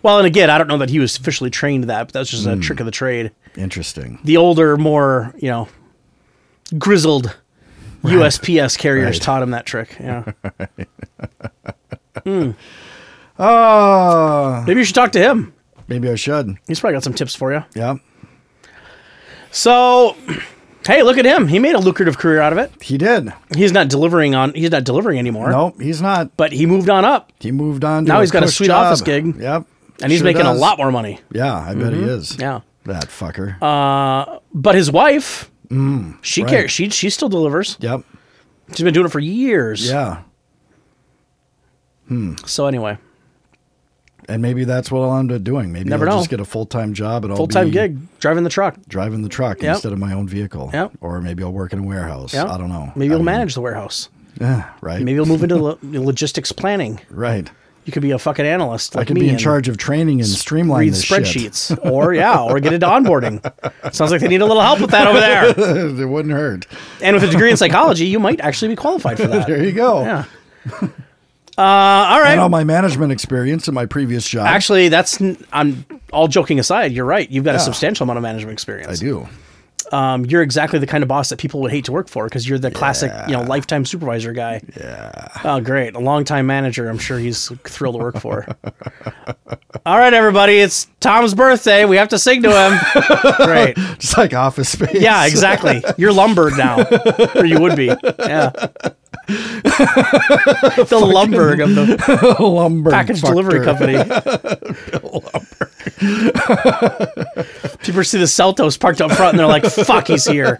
S2: Well, and again, I don't know that he was officially trained to that, but that's just
S1: Hmm.
S2: a trick of the trade.
S1: Interesting.
S2: The older, more, you know, grizzled USPS carriers
S1: Right.
S2: taught him that trick. Yeah.
S1: Oh,
S2: Maybe you should talk to him.
S1: maybe I should.
S2: He's probably got some tips for you.
S1: Yeah.
S2: So, hey, look at him. He made a lucrative career out of it.
S1: He did.
S2: He's not delivering on, he's not delivering anymore.
S1: Nope, he's not.
S2: But he moved on up.
S1: He moved on. To
S2: Now
S1: a
S2: he's got a
S1: cush
S2: sweet
S1: job.
S2: office gig.
S1: Yep.
S2: and he's
S1: Sure
S2: making
S1: does.
S2: a lot more money.
S1: Yeah, I bet he is.
S2: Yeah. Uh,
S1: That fucker.
S2: But his wife, she
S1: Mm, right.
S2: cares. She she still delivers.
S1: yep.
S2: She's been doing it for years.
S1: Yeah.
S2: So anyway,
S1: And maybe that's what I'll end up doing. Maybe
S2: Never
S1: I'll
S2: know.
S1: just get a full time job and I'll
S2: Full time
S1: be
S2: gig, driving the truck.
S1: driving the truck
S2: Yep.
S1: instead of my own vehicle.
S2: Yep.
S1: Or maybe I'll work in a warehouse.
S2: Yeah,
S1: I don't know.
S2: Maybe
S1: I
S2: you'll
S1: mean,
S2: manage the warehouse.
S1: Yeah, right.
S2: Maybe you'll move into lo- logistics planning.
S1: right.
S2: You could be a fucking analyst. Like
S1: I could
S2: me
S1: be in
S2: and
S1: charge of training and streamline
S2: Read
S1: this shit.
S2: spreadsheets, or yeah, or get into onboarding. Sounds like they need a little help with that over there.
S1: it wouldn't hurt.
S2: And with a degree in psychology, you might actually be qualified for that.
S1: There you go.
S2: Yeah. Uh, all right.
S1: And all my management experience in my previous job.
S2: Actually, that's n- I'm all joking aside. You're right. You've got a substantial amount of management experience.
S1: I do.
S2: Um, you're exactly the kind of boss that people would hate to work for because you're the classic, you know, lifetime supervisor guy. Yeah. Oh, great. A longtime manager. I'm sure he's thrilled to work for. all right, everybody. It's Tom's birthday. We have to sing to him. great.
S1: Just like office space.
S2: Yeah, exactly. You're lumbered now, or you would be. Yeah. the lumberg of the
S1: Lumber
S2: package delivery company. People see the Celtos parked up front and they're like, fuck, he's here.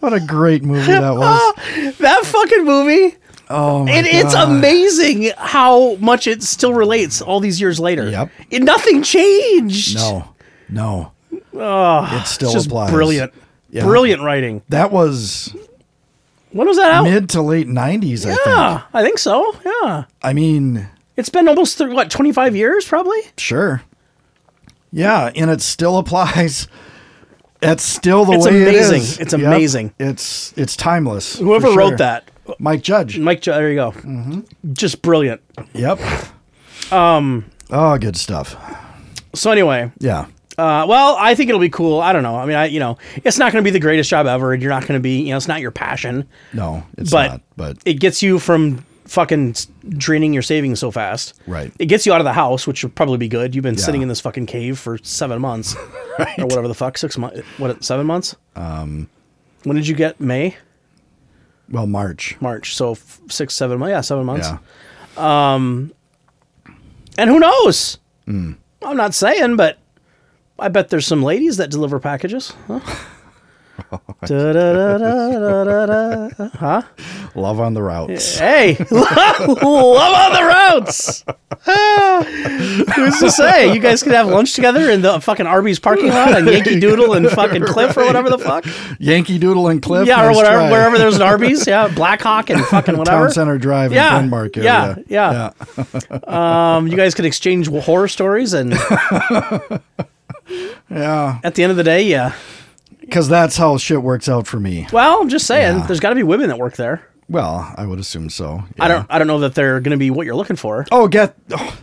S1: What a great movie that was.
S2: That fucking movie.
S1: Oh my
S2: And it's
S1: God.
S2: amazing how much it still relates all these years later.
S1: Yep.
S2: It, nothing changed.
S1: No, no. it still
S2: Ah, It's just
S1: applies.
S2: brilliant.
S1: Yeah.
S2: Brilliant writing.
S1: That was
S2: When was that out?
S1: mid to late '90s, I think.
S2: yeah, I think so. Yeah.
S1: I mean,
S2: It's been almost, th- what, 25 years probably?
S1: sure. Yeah, and it still applies. That's still the
S2: It's
S1: way
S2: amazing.
S1: it is.
S2: It's amazing.
S1: It's it's timeless. for
S2: Whoever
S1: sure.
S2: wrote that, Mm.
S1: Mike Judge.
S2: Mike, Jo- there you go.
S1: Mm-hmm.
S2: Just brilliant.
S1: Yep. Um. Oh, good stuff.
S2: So, anyway,
S1: Yeah.
S2: Uh, well, I think it'll be cool. I don't know. I mean, I you know, it's not going to be the greatest job ever, and you're not going to be you know, it's not your passion,
S1: No, it's
S2: but
S1: not. But
S2: it gets you from fucking s- draining your savings so fast.
S1: Right.
S2: It gets you out of the house, which would probably be good. You've been
S1: Yeah.
S2: sitting in this fucking cave for seven months, or whatever the fuck, six months, what, seven months? Um, when did you get May,
S1: well, March.
S2: March? So f- six, seven months. Yeah, seven months.
S1: Yeah.
S2: And who knows?
S1: Mm.
S2: I'm not saying, but I bet there's some ladies that deliver packages. Huh?
S1: Oh,
S2: Da-da-da-da-da-da-da. Huh?
S1: Love on the routes.
S2: Hey, love, love on the roads. Ah, Who's to say you guys could have lunch together in the fucking Arby's parking lot on Yankee Doodle and fucking Cliff or whatever the fuck?
S1: Yankee Doodle and Cliff.
S2: Yeah, or
S1: nice
S2: whatever,
S1: try.
S2: wherever there's an Arby's. Yeah, Blackhawk and fucking whatever.
S1: Town Center Drive
S2: Yeah,
S1: in Denmark.
S2: yeah,
S1: area.
S2: yeah. Um, you guys could exchange horror stories, and
S1: Yeah,
S2: at the end of the day, yeah.
S1: because that's how shit works out for me.
S2: Well, I'm just saying, there's got to be women that work there.
S1: Well, I would assume so.
S2: I
S1: yeah.
S2: don't, I don't know that they're going to be what you're looking for.
S1: Oh, get. oh,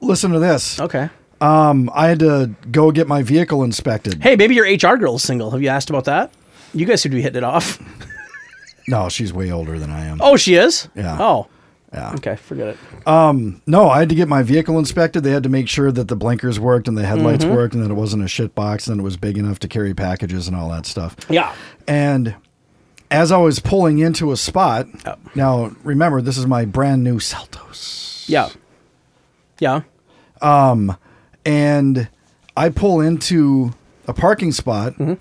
S1: listen to this.
S2: Okay.
S1: Um, I had to go get my vehicle inspected.
S2: Hey, maybe your HR girl's single. Have you asked about that? You guys should be hitting it off.
S1: No, she's way older than I am.
S2: Oh, she is.
S1: Yeah.
S2: Oh.
S1: Yeah.
S2: Okay. Forget it.
S1: No, I had to get my vehicle inspected. They had to make sure that the blinkers worked and the headlights
S2: Mm-hmm.
S1: worked, and that it wasn't a shit box, and that it was big enough to carry packages and all that stuff.
S2: Yeah.
S1: And as I was pulling into a spot, now remember this is my brand new Celtos.
S2: Yeah. Yeah.
S1: and I pull into a parking spot.
S2: Mm-hmm.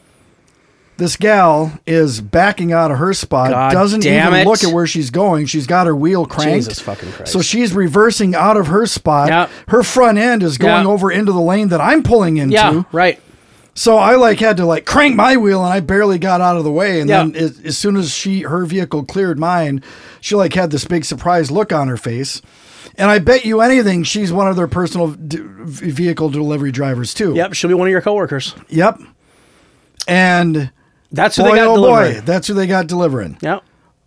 S1: This gal is backing out of her spot.
S2: God
S1: doesn't
S2: damn
S1: even
S2: it.
S1: look at where she's going. She's got her wheel cranked.
S2: Jesus fucking Christ.
S1: So she's reversing out of her spot.
S2: Yep.
S1: Her front end is going
S2: Yeah.
S1: over into the lane that I'm pulling into.
S2: Yeah. Right.
S1: So I like had to like crank my wheel and I barely got out of the way. And
S2: Yeah.
S1: then as, as soon as she her vehicle cleared mine, she like had this big surprise look on her face. And I bet you anything, she's one of their personal d- vehicle delivery drivers too.
S2: Yep. She'll be one of your coworkers.
S1: Yep. And
S2: That's who
S1: boy,
S2: they got
S1: oh boy,
S2: delivering.
S1: that's who they got delivering.
S2: Yeah.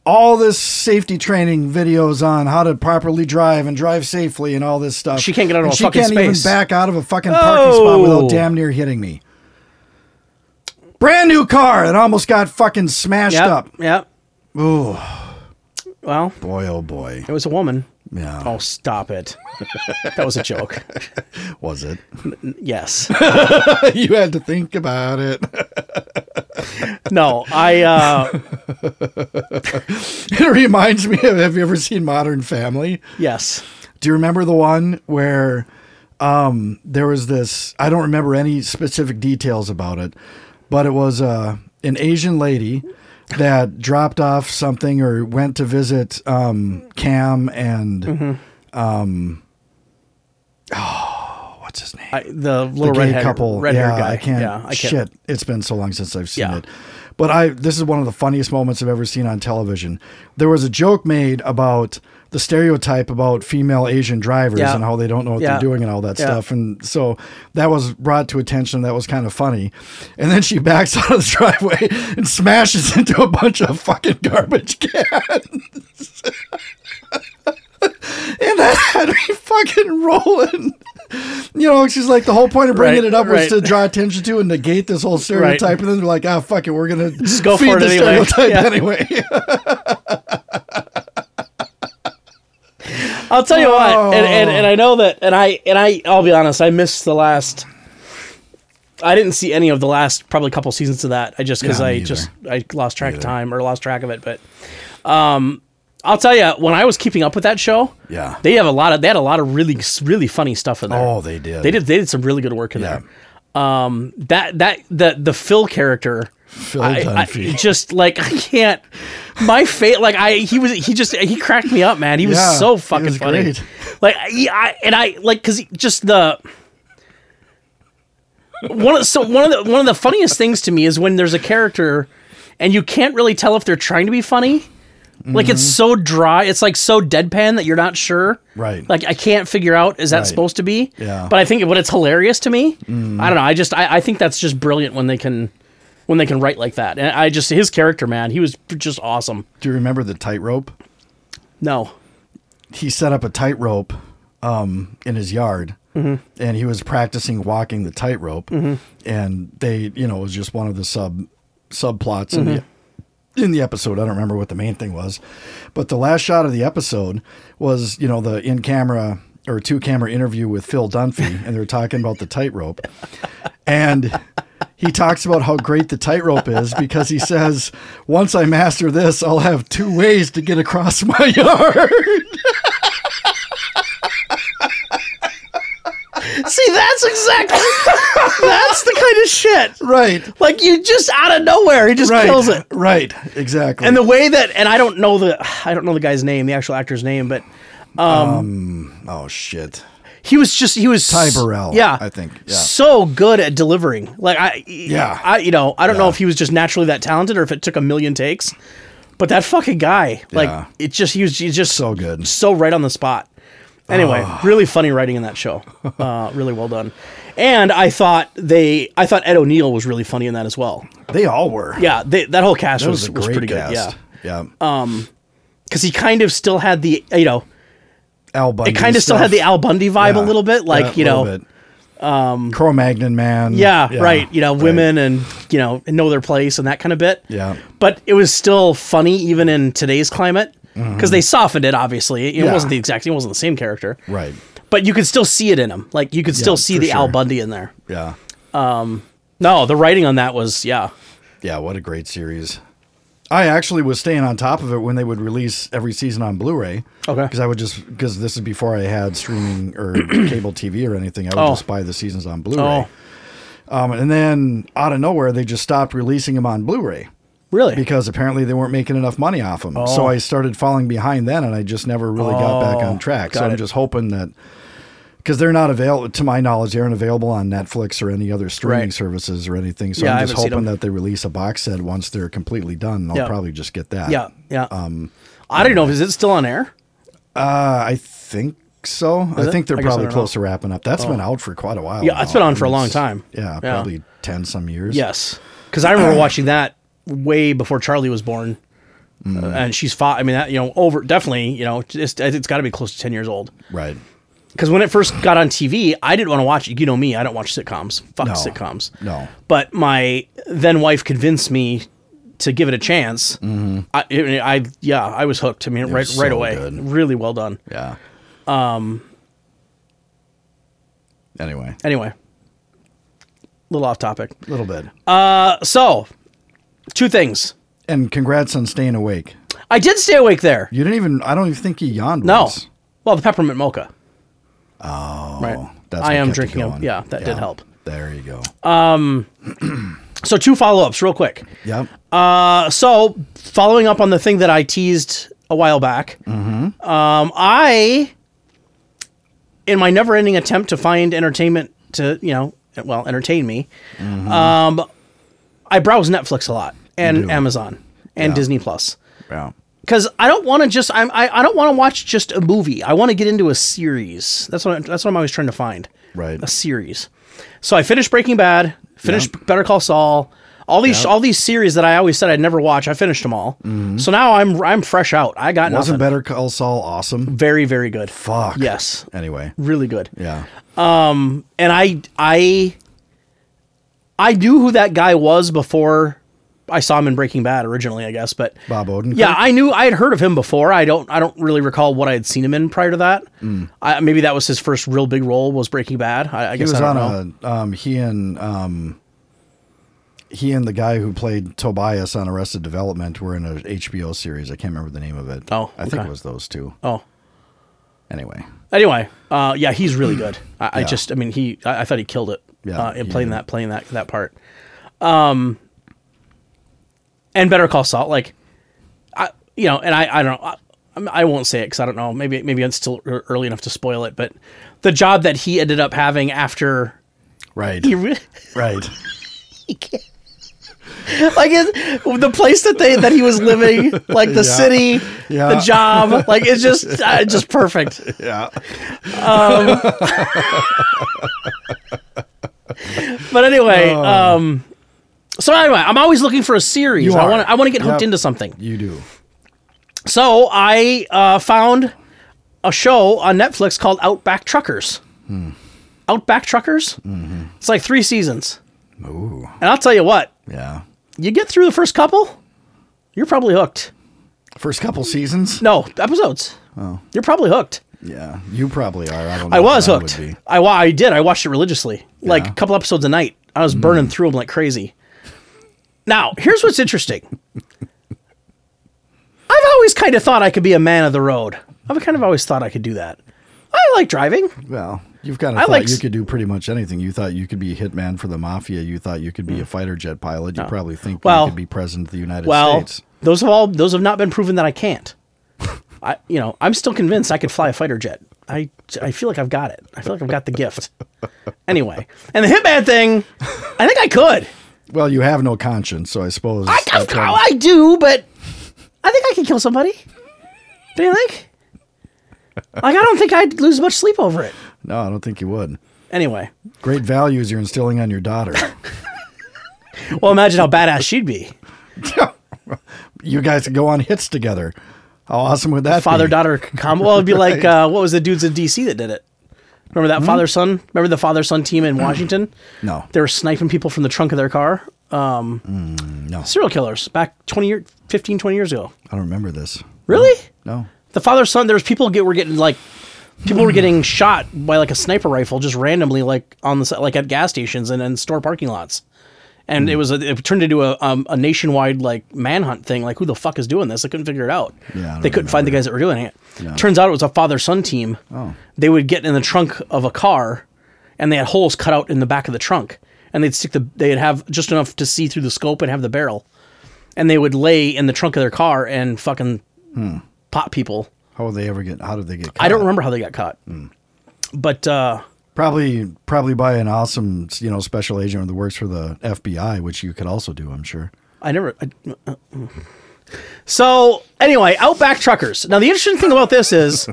S1: All this safety training videos on how to properly drive and drive safely and all this stuff.
S2: She can't get out of
S1: And
S2: a
S1: she
S2: fucking
S1: can't
S2: space.
S1: even back out of a fucking parking spot
S2: Oh.
S1: without damn near hitting me. Brand new car that almost got fucking smashed
S2: Yep.
S1: up.
S2: Yep.
S1: Ooh,
S2: Well,
S1: boy, oh boy.
S2: it was a woman.
S1: Yeah,
S2: Oh, stop it. that was a joke.
S1: was it?
S2: Yes.
S1: you had to think about it.
S2: No, I, uh,
S1: it reminds me of Have you ever seen Modern Family?
S2: yes.
S1: Do you remember the one where um, there was this? I don't remember any specific details about it, but it was a an Asian lady that dropped off something or went to visit um, Cam and um, oh, what's his name?
S2: I, the
S1: the
S2: little
S1: gay
S2: redhead
S1: couple.
S2: red-haired
S1: yeah,
S2: guy.
S1: I can't,
S2: Yeah, I can't.
S1: Shit, it's been so long since I've seen
S2: Yeah.
S1: it. But I this is one of the funniest moments I've ever seen on television. There was a joke made about the stereotype about female Asian drivers
S2: Yeah.
S1: and how they don't know what
S2: Yeah.
S1: they're doing and all that
S2: Yeah.
S1: stuff. And so that was brought to attention. That was kind of funny. And then she backs out of the driveway and smashes into a bunch of fucking garbage cans. and that had me fucking rolling. You know, she's like, the whole point of bringing
S2: Right,
S1: it up was
S2: right.
S1: to draw attention to and negate this whole stereotype. And then they're like, ah, fuck it, we're going to just
S2: go
S1: feed
S2: for it
S1: the
S2: anyway.
S1: stereotype
S2: Yeah.
S1: anyway.
S2: I'll tell you
S1: Oh.
S2: what, and, and, and I know that, and I and I, I'll be honest, I missed the last. I didn't see any of the last probably couple seasons of that. I just because
S1: Yeah, me
S2: I
S1: either.
S2: just I lost track of time or lost track of it. But um, I'll tell you, when I was keeping up with that show,
S1: Yeah.
S2: they have a lot of they had a lot of really really funny stuff in there.
S1: Oh, they did.
S2: They did they did some really good work in
S1: Yeah.
S2: there. Um, that that the the Phil character.
S1: Phil
S2: I, I
S1: Dunphy.
S2: just like I can't. My fate, like I, he was, he just, he cracked me up, man. He was
S1: Yeah,
S2: so
S1: he
S2: fucking
S1: was
S2: funny.
S1: great.
S2: Like, I, I, and I, like, cause he- just the one of so one of the one of the funniest things to me is when there's a character, and you can't really tell if they're trying to be funny. Like it's so dry, it's like so deadpan that you're not sure.
S1: Mm-hmm. Right.
S2: Like I can't figure out is that
S1: Right.
S2: supposed to be.
S1: Yeah.
S2: But I think, but it's hilarious to me. I don't know. I just I, I think that's just brilliant when they can when they can write like that. And I just his character, man, he was just awesome.
S1: Do you remember the tightrope?
S2: No,
S1: he set up a tightrope um, in his yard, and he was practicing walking the tightrope. And they, you know, it was just one of the sub subplots in the in the episode. I don't remember what the main thing was, but the last shot of the episode was, you know, the in camera or two camera interview with Phil Dunphy, and they were talking about the tightrope, and. He talks about how great the tightrope is because he says, "Once I master this, I'll have two ways to get across my yard."
S2: see, that's exactly that's the kind of shit.
S1: Right.
S2: Like you just out of nowhere, he just
S1: Right.
S2: kills it.
S1: Right. Exactly.
S2: And the way that, and I don't know the, I don't know the guy's name, the actual actor's name, but
S1: oh shit.
S2: he was just he was
S1: Ty Burrell,
S2: yeah,
S1: I think, yeah.
S2: so good at delivering. Like I, yeah, I you know I don't know
S1: Yeah.
S2: if he was just naturally that talented or if it took a million takes, but that fucking guy, like
S1: Yeah.
S2: it just he was he's just
S1: So good. Ah.
S2: so right on the spot. Anyway, really funny writing in that show, uh, really well done. And I thought they, I thought Ed O'Neill was really funny in that as well.
S1: They all were.
S2: Yeah, they, that whole cast
S1: That
S2: was,
S1: was a
S2: was
S1: great
S2: pretty
S1: cast.
S2: good. Yeah, Um,
S1: Yeah.
S2: because he kind of still had the you know
S1: Al Bundy.
S2: it kind of still had the Al Bundy vibe a little bit, like you know.
S1: Um, Cro-Magnon man.
S2: Yeah, right. You know, women and you know know their place and that kind of bit.
S1: Yeah.
S2: But it was still funny even in today's climate because they softened it. Obviously, it
S1: Yeah.
S2: wasn't the exact. It wasn't the same character.
S1: Right.
S2: But you could still see it in him. Like you could still see
S1: for
S2: the Al
S1: sure.
S2: Bundy in there.
S1: Yeah.
S2: No, the writing on that was yeah.
S1: Yeah. What a great series. I actually was staying on top of it when they would release every season on Blu-ray.
S2: Okay.
S1: Because I would just because this is before I had streaming or cable TV or anything. I would
S2: Oh.
S1: just buy the seasons on Blu-ray.
S2: Oh,
S1: Um, and then out of nowhere, they just stopped releasing them on Blu-ray.
S2: really?
S1: because apparently they weren't making enough money off them.
S2: Oh.
S1: So I started falling behind then, and I just never really got back on track. So
S2: got
S1: I'm
S2: it.
S1: just hoping that because they're not available, to my knowledge, they aren't available on Netflix or any other streaming
S2: Right.
S1: services or anything. So
S2: Yeah, I
S1: I'm just
S2: haven't seen
S1: hoping
S2: 'em.
S1: that they release a box set once they're completely done. and I'll
S2: Yeah.
S1: probably just get that.
S2: yeah, yeah.
S1: um,
S2: I don't know. Is it still on air?
S1: uh, I think so. I
S2: it?
S1: think they're
S2: I guess I don't
S1: probably
S2: know. Oh.
S1: close to wrapping up. That's been out for quite a while.
S2: Yeah, it's
S1: now.
S2: been on
S1: I
S2: for a
S1: mean,
S2: long
S1: it's-
S2: time.
S1: Yeah,
S2: Yeah.
S1: probably ten some years.
S2: Yes, because I remember watching that way before Charlie was born, Uh,
S1: Mm.
S2: and she's fought. I mean, that you know, over definitely, you know, just it's got to be close to ten years old.
S1: right.
S2: Because when it first got on TV, I didn't want to watch. it. You know me, I don't watch sitcoms. Fuck
S1: No.
S2: sitcoms.
S1: No.
S2: But my then wife convinced me to give it a chance. I, I, I- yeah, I was hooked. I mean, right,
S1: Mm-hmm. was
S2: right
S1: so
S2: away.
S1: good.
S2: Really well done.
S1: Yeah. Um. Anyway,
S2: Anyway, a little off topic.
S1: a little bit.
S2: Uh, so, two things.
S1: And congrats on staying awake.
S2: I did stay awake there.
S1: You didn't even. I don't even think you yawned.
S2: No.
S1: once.
S2: Well, the peppermint mocha. Oh, right.
S1: That's
S2: I
S1: what
S2: am
S1: kept you
S2: drinking. A,
S1: going.
S2: Uh, yeah, that did help.
S1: There you go.
S2: So two follow ups, real quick.
S1: Yep.
S2: Uh, so following up on the thing that I teased a while back, um, I, in my never-ending attempt to find entertainment to you know, well, entertain me, um, I browse Netflix a lot and Amazon and Disney Plus
S1: Yeah.
S2: because I don't want to just I'm, I I don't want to watch just a movie. I want to get into a series. That's what I, that's what I'm always trying to find.
S1: Right.
S2: A series. So I finished Breaking Bad. Finished Better Call Saul. All these all these series that I always said I'd never watch. I finished them all. So now I'm I'm fresh out. I got
S1: Mm-hmm. Wasn't
S2: nothing.
S1: Better Call Saul awesome?
S2: Very very good.
S1: Fuck.
S2: Yes.
S1: Anyway.
S2: Really good.
S1: Yeah.
S2: And I I I knew who that guy was before I saw him in Breaking Bad originally, I guess, but
S1: Bob Odenkirk.
S2: Yeah, I knew I had heard of him before. I don't I don't really recall what I had seen him in prior to that. I, maybe that was his first real big role was Breaking Bad. I, I
S1: Mm. He
S2: guess I
S1: was
S2: don't
S1: on
S2: know.
S1: a um he and um he and the guy who played Tobias on Arrested Development were in a HBO series. I can't remember the name of it.
S2: Oh,
S1: I think
S2: okay.
S1: it was those two.
S2: oh,
S1: Anyway.
S2: anyway, uh, yeah, he's really good. I, I
S1: Yeah.
S2: just I mean he I, I thought he killed it
S1: Yeah,
S2: uh, in
S1: he
S2: playing
S1: did.
S2: that playing that that part. Um, and Better Call Saul, like I you know, and I I don't. I, I'm- I won't say it because I don't know. Maybe maybe it's still ear- early enough to spoil it. But the job that he ended up having after
S1: Right.
S2: he re-
S1: right.
S2: he can't. like it, the place that they that he was living, like the
S1: Yeah.
S2: city, the
S1: Yeah.
S2: job, like it's just uh, just perfect.
S1: Yeah.
S2: But anyway,
S1: Oh.
S2: um, so anyway, I'm always looking for a series.
S1: You
S2: I
S1: are.
S2: want I want to get hooked
S1: Yep.
S2: into something.
S1: You do.
S2: So I uh, found a show on Netflix called Outback Truckers.
S1: Hmm.
S2: Outback Truckers.
S1: Mm-hmm.
S2: It's like three seasons,
S1: Ooh.
S2: and I'll tell you what,
S1: Yeah.
S2: you get through the first couple, you're probably hooked.
S1: First couple seasons?
S2: No episodes. Oh. You're probably hooked.
S1: Yeah. You probably are. I don't know.
S2: I
S1: if
S2: was
S1: would
S2: hooked.
S1: be.
S2: I, wa- I did. I watched it religiously, like
S1: Yeah.
S2: a couple episodes a night. I was burning through them like crazy. Now, here's what's interesting. I've always kind of thought I could be a man of the road. I've kind of always thought I could do that. I like driving.
S1: Well, you've kind of
S2: I
S1: thought
S2: like
S1: you
S2: s-
S1: could do pretty much anything. You thought you could be a hitman for the mafia. You thought you could be a fighter jet pilot. You probably think
S2: Hmm. Well-
S1: you could be president of the United
S2: Well,
S1: States.
S2: those have all those have not been proven that I can't. I, you know, I'm still convinced I could fly a fighter jet. I, I feel like I've got it. I feel like I've got the gift. Anyway, and the hitman thing, I think I could.
S1: Well, you have no conscience, so I suppose.
S2: I,
S1: that
S2: I,
S1: prob-
S2: I do, but I think I could kill somebody. Do you think? Like, I don't think I'd lose much sleep over it.
S1: no, I don't think you would.
S2: Anyway,
S1: Great values you're instilling on your daughter.
S2: well, imagine how badass she'd be.
S1: you guys could go on hits together. How awesome would that
S2: Father
S1: be?
S2: daughter combo. Well, it'd be like, uh, what was the dudes in D.C. that did it? Remember that father son? Remember the father son team in Washington?
S1: Hmm? No.
S2: They were sniping people from the trunk of their car. Um,
S1: Mm, no.
S2: Serial killers back 20 year, 15, 20 years ago.
S1: I don't remember this.
S2: Really?
S1: No.
S2: The father son. There's people get were getting like people were getting shot by like a sniper rifle just randomly like on the si- like at gas stations and in store parking lots, and
S1: Hmm.
S2: it was a, it turned into a um, a nationwide like manhunt thing. Like who the fuck is doing this? They couldn't figure it out.
S1: Yeah, I don't
S2: they couldn't find the guys that were doing it.
S1: Yeah.
S2: Turns out it was a father son team.
S1: Oh.
S2: They would get in the trunk of a car, and they had holes cut out in the back of the trunk, and they'd stick the they'd have just enough to see through the scope and have the barrel, and they would lay in the trunk of their car and fucking pop people.
S1: How would they ever get? How did they get? Caught?
S2: I don't remember how they got caught.
S1: Hmm.
S2: But uh,
S1: Probably, probably by an awesome, you know, special agent that works for the FBI, which you could also do, I'm sure.
S2: I never. I, uh, so anyway, Outback Truckers. Now the interesting thing about this is,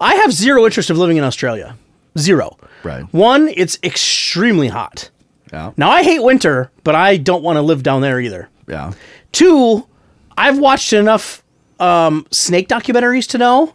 S2: I have zero interest of living in Australia. Zero.
S1: Right.
S2: One, it's extremely hot.
S1: Yeah.
S2: Now I hate winter, but I don't want to live down there either.
S1: Yeah.
S2: Two, I've watched enough um, snake documentaries to know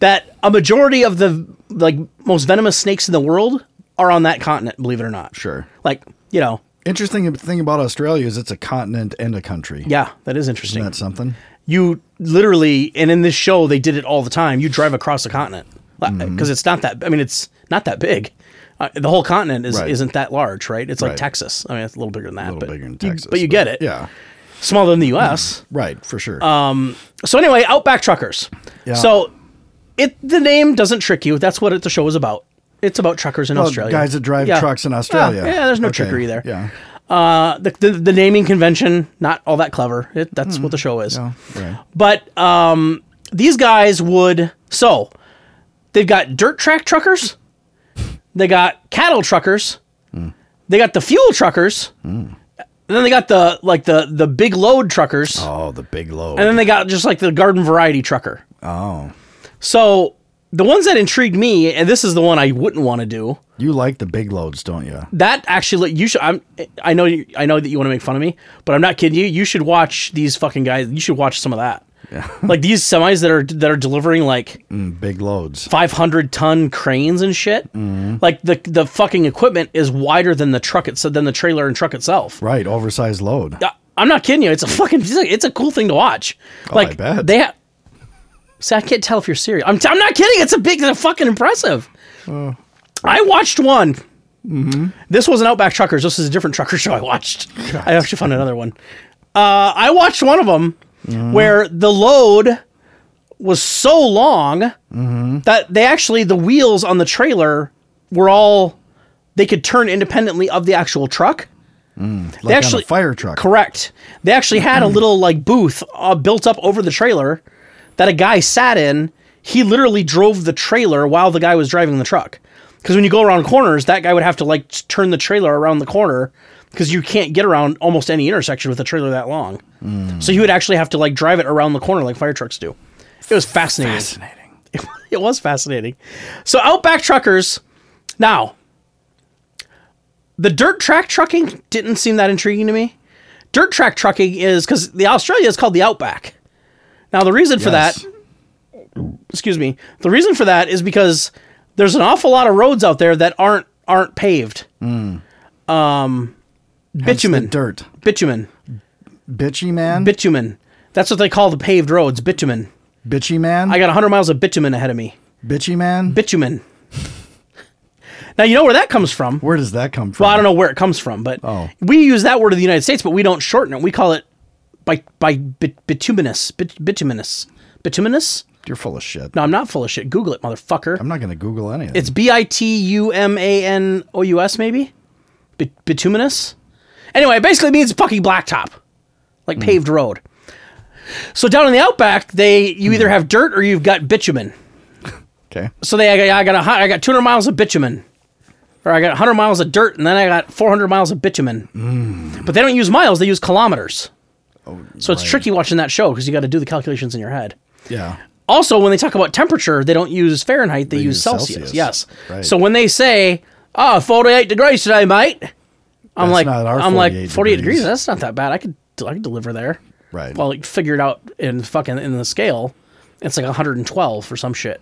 S2: that a majority of the like most venomous snakes in the world are on that continent. Believe it or not.
S1: Sure.
S2: Like you know,
S1: Interesting thing about Australia is it's a continent and a country.
S2: yeah, that is interesting.
S1: Isn't that something?
S2: you literally, and in this show they did it all the time. You drive across the continent because
S1: Mm-hmm.
S2: it's not that. I mean, it's not that big. Uh, the whole continent is
S1: Right.
S2: isn't that large, right? It's like
S1: Right.
S2: Texas. I mean, it's a little bigger than that,
S1: A little
S2: but
S1: bigger in
S2: you-
S1: Texas.
S2: but you get it. Uh,
S1: Yeah. Mm-hmm.
S2: smaller than the U.S.
S1: Right, for sure.
S2: So anyway, Outback Truckers.
S1: Yeah.
S2: So it the name doesn't trick you. That's what it, the show is about. It's about truckers in
S1: Well,
S2: Australia.
S1: guys that drive
S2: Yeah.
S1: trucks in Australia.
S2: Yeah, yeah, there's no
S1: Okay,
S2: trickery there.
S1: Yeah.
S2: Uh, the, the the naming convention, not all that clever. It, that's what the show is.
S1: Oh, right.
S2: But um, these guys would so they've got dirt track truckers, they got cattle truckers, they got the fuel truckers, and then they got the like the the big load truckers,
S1: Oh, the big load.
S2: and then they got just like the garden variety trucker.
S1: oh,
S2: So the ones that intrigued me, and this is the one I wouldn't want to do.
S1: you like the big loads, don't you?
S2: That actually, you should. I'm. I know. You, I know that you want to make fun of me, but I'm not kidding you. You should watch these fucking guys. You should watch some of that. like these semis that are that are delivering like
S1: Mm, big loads.
S2: 500 ton cranes and shit. Like the the fucking equipment is wider than the truck itself, than the trailer and truck itself.
S1: Right, oversized load.
S2: I- I'm not kidding you. It's a fucking. It's a, it's a cool thing to watch. like
S1: Oh, bet.
S2: they. Ha- See, I can't tell if you're serious. I'm. T- I'm not kidding. It's a big. It's a fucking impressive.
S1: Oh.
S2: I watched one.
S1: Mm-hmm.
S2: This wasn't Outback Truckers. This is a different trucker show I watched. I actually found another one. Uh, I watched one of them
S1: Mm-hmm.
S2: where the load was so long
S1: Mm-hmm.
S2: that they actually the wheels on the trailer were all they could turn independently of the actual truck.
S1: Mm. Like on
S2: actually-
S1: a fire truck.
S2: Correct. They actually had a little like booth uh, built up over the trailer that a guy sat in. He literally drove the trailer while the guy was driving the truck. Because when you go around corners, that guy would have to like s- turn the trailer around the corner because you can't get around almost any intersection with a trailer that long. So he would actually have to like drive it around the corner like fire trucks do. It was fascinating.
S1: Fascinating.
S2: it was fascinating. So Outback Truckers. Now, the dirt track trucking didn't seem that intriguing to me. Dirt track trucking is because the Australia is called the Outback. Now the reason for
S1: Yes.
S2: that, excuse me, the reason for that is because there's an awful lot of roads out there that aren't aren't paved. Um,
S1: Hmm. Hence the
S2: bitumen,
S1: dirt.
S2: bitumen,
S1: Bitchy man.
S2: bitumen. That's what they call the paved roads, bitumen.
S1: bitchy man.
S2: I got 100 miles of bitumen ahead of me.
S1: bitchy man.
S2: bitumen. now you know where that comes from.
S1: Where does that come from?
S2: Well, I don't know where it comes from, but
S1: Oh.
S2: we use that word in the United States, but we don't shorten it. We call it by by bit, bituminous, bit, bituminous, bituminous.
S1: You're full of shit.
S2: No, I'm not full of shit. Google it, motherfucker.
S1: I'm not going to Google anything.
S2: it's B I T U M A N O U S, maybe Bit bituminous. Anyway, it basically means fucking blacktop,
S1: Hmm.
S2: like paved road. So down in the outback, they you
S1: Hmm.
S2: either have dirt or you've got bitumen.
S1: okay.
S2: so they I got a, hu- I got 200 miles of bitumen, or I got 100 miles of dirt, and then I got 400 miles of bitumen.
S1: Mm.
S2: But they don't use miles; they use kilometers.
S1: Oh,
S2: so it's tricky watching that show because you got to do the calculations in your head.
S1: Yeah.
S2: Also, when they talk about temperature, they don't use Fahrenheit; they, use,
S1: use
S2: Celsius.
S1: Celsius.
S2: Yes.
S1: Right.
S2: So when they say, "Oh, 48 degrees today, mate," I'm
S1: That's
S2: like,
S1: not our
S2: I'm like
S1: 48
S2: 48 degrees.
S1: degrees.
S2: That's not that bad. I could I could deliver there.
S1: Right.
S2: Well, like, figure it out in fucking in the scale. It's like 112 or some shit.